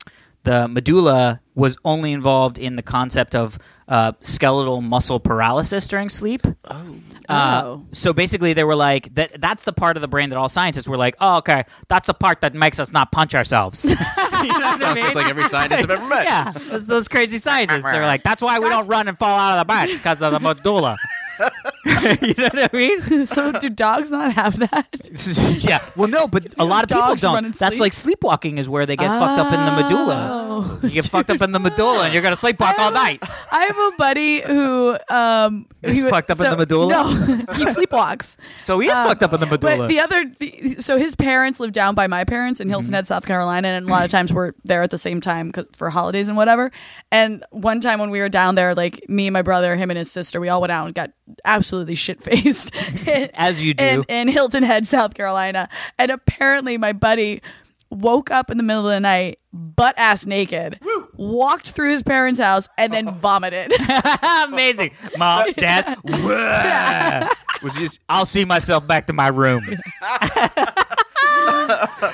Speaker 1: the medulla was only involved in the concept of uh, skeletal muscle paralysis during sleep. Uh,
Speaker 3: Oh.
Speaker 1: So basically, they were like that. That's the part of the brain that all scientists were like, "Oh, okay, that's the part that makes us not punch ourselves." You know what I
Speaker 2: sounds
Speaker 1: mean?
Speaker 2: just like every scientist I've ever met.
Speaker 1: Yeah, those, those crazy scientists. They're like, that's why we don't run and fall out of the bed because of the medulla. you know what I mean?
Speaker 3: so do dogs not have that?
Speaker 1: yeah. Well, no, but a lot of people
Speaker 3: dogs run
Speaker 1: don't.
Speaker 3: and
Speaker 1: That's
Speaker 3: sleep.
Speaker 1: like sleepwalking is where they get fucked up in the medulla. You get fucked up in the medulla, and you're gonna sleepwalk all night.
Speaker 3: Oh. I have a buddy who um
Speaker 1: He's
Speaker 3: he would-
Speaker 1: fucked up in
Speaker 3: so-
Speaker 1: the medulla?
Speaker 3: No, he sleepwalks.
Speaker 1: So he is fucked up in the medulla.
Speaker 3: But the other, the, so his parents live down by my parents in Hilton
Speaker 1: Mm-hmm.
Speaker 3: Head, South Carolina, and a lot of times we're there at the same time 'cause- for holidays and whatever. And one time when we were down there, like me and my brother, him and his sister, we all went out and got absolutely shit faced,
Speaker 1: As you do.
Speaker 3: in, in Hilton Head, South Carolina. And apparently, my buddy woke up in the middle of the night, butt ass naked, walked through his parents' house, and then vomited.
Speaker 1: Amazing. Mom, dad, wah.
Speaker 2: Was he just
Speaker 1: I'll see myself back to my room.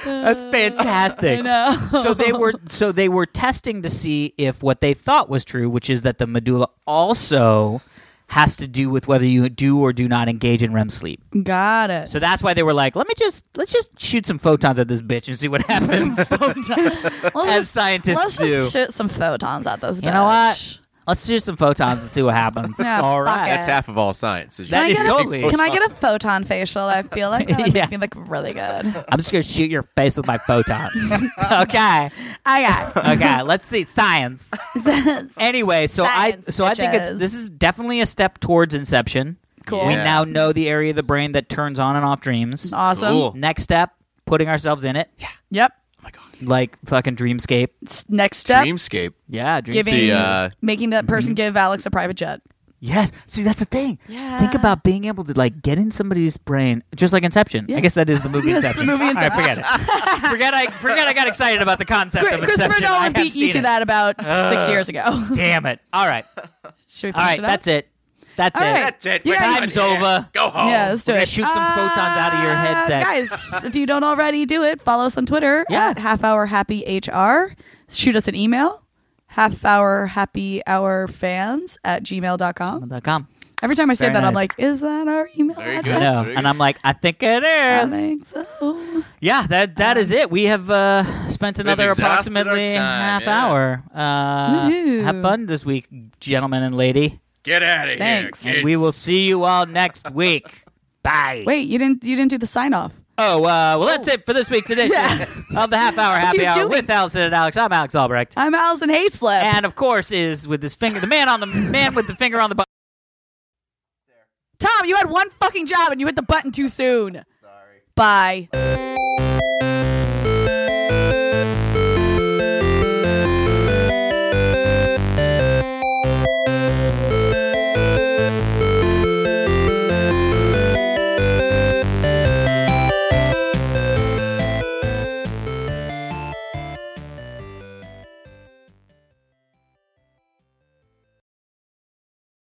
Speaker 1: That's fantastic. So they were so they were testing to see if what they thought was true, which is that the medulla also has to do with whether you do or do not engage in REM sleep.
Speaker 3: Got it.
Speaker 1: So that's why they were like, let me just let's just shoot some photons at this bitch and see what happens. As scientists
Speaker 3: Let's
Speaker 1: do.
Speaker 3: just shoot some photons at this.
Speaker 1: you know what? Let's shoot some photons and see what happens.
Speaker 3: Yeah,
Speaker 1: All
Speaker 3: fuck
Speaker 1: right.
Speaker 2: that's half of all science. is
Speaker 1: That
Speaker 2: you
Speaker 1: is
Speaker 2: think
Speaker 1: totally-
Speaker 2: photons-
Speaker 3: Can I get a photon facial? I feel like that would
Speaker 1: Yeah.
Speaker 3: make me look really good.
Speaker 1: I'm just gonna shoot your face with my photons. okay.
Speaker 3: I got
Speaker 1: Okay. Let's see science. Anyway, so I
Speaker 3: Science,
Speaker 1: so I think
Speaker 3: bitches.
Speaker 1: it's this is definitely a step towards inception.
Speaker 3: Cool.
Speaker 1: We
Speaker 2: Yeah.
Speaker 1: now know the area of the brain that turns on and off dreams.
Speaker 3: awesome.
Speaker 2: Cool.
Speaker 1: Next step, putting ourselves in it. Yeah.
Speaker 3: Yep.
Speaker 1: Like fucking dreamscape.
Speaker 3: S- Next step,
Speaker 2: Dreamscape.
Speaker 1: Yeah, dreamscape.
Speaker 3: giving
Speaker 2: The, uh,
Speaker 3: making that person give Alex a private jet.
Speaker 1: Yes. See, that's the thing. Think
Speaker 3: Yeah.
Speaker 1: about being able to like get in somebody's brain, just like Inception. I guess that is the movie
Speaker 3: That's the
Speaker 1: Inception.
Speaker 3: movie
Speaker 1: All right, forget it. forget I forget I got excited about the concept of Inception.
Speaker 3: Christopher
Speaker 1: I
Speaker 3: Nolan
Speaker 1: haven't
Speaker 3: beat you
Speaker 1: seen
Speaker 3: to
Speaker 1: it.
Speaker 3: that about six years ago.
Speaker 1: Damn it! All right,
Speaker 3: Should we finish
Speaker 1: all right.
Speaker 3: it up?
Speaker 1: That's it. That's
Speaker 3: All
Speaker 1: it.
Speaker 3: right.
Speaker 2: That's it.
Speaker 3: You
Speaker 2: We're
Speaker 3: guys-
Speaker 2: done
Speaker 1: Time's
Speaker 2: here.
Speaker 1: over.
Speaker 2: Go home.
Speaker 3: Yeah, let's do
Speaker 1: Oh, We're
Speaker 3: it. Uh,
Speaker 1: gonna shoot some photons out of your headset.
Speaker 3: guys. If you don't already do it, follow us on Twitter
Speaker 1: Yeah.
Speaker 3: at Half Hour Happy HR. Shoot us an email, Half Hour Happy Hour Fans at gmail.com.
Speaker 1: Dot com.
Speaker 3: Every time I say
Speaker 1: Very
Speaker 3: that, I'm
Speaker 1: nice.
Speaker 3: like, is that our email
Speaker 2: Very good.
Speaker 1: I
Speaker 3: address?
Speaker 1: know, and I'm like, I think it
Speaker 3: I
Speaker 1: is.
Speaker 3: think so.
Speaker 1: Yeah, that that is it. We have uh, spent another
Speaker 2: exhausted our
Speaker 1: approximately
Speaker 2: time,
Speaker 1: half
Speaker 2: yeah.
Speaker 1: hour. Uh,
Speaker 3: Woohoo.
Speaker 1: have fun this week, gentlemen and lady.
Speaker 2: Get out of here.
Speaker 3: Thanks.
Speaker 2: kids.
Speaker 1: We will see you all next week. Bye.
Speaker 3: Wait, you didn't you didn't do the sign off.
Speaker 1: Oh, uh, well, that's it for this week's edition
Speaker 3: Yeah.
Speaker 1: of the Half Hour Happy
Speaker 3: you
Speaker 1: Hour
Speaker 3: doing? Uh,
Speaker 1: with Allison and Alex. I'm Alex Albrecht.
Speaker 3: I'm Allison Hayslip.
Speaker 1: And of course, is with his finger, the man on the man with the finger on the button.
Speaker 3: Tom, you had one fucking job and you hit the button too soon. Sorry. Bye.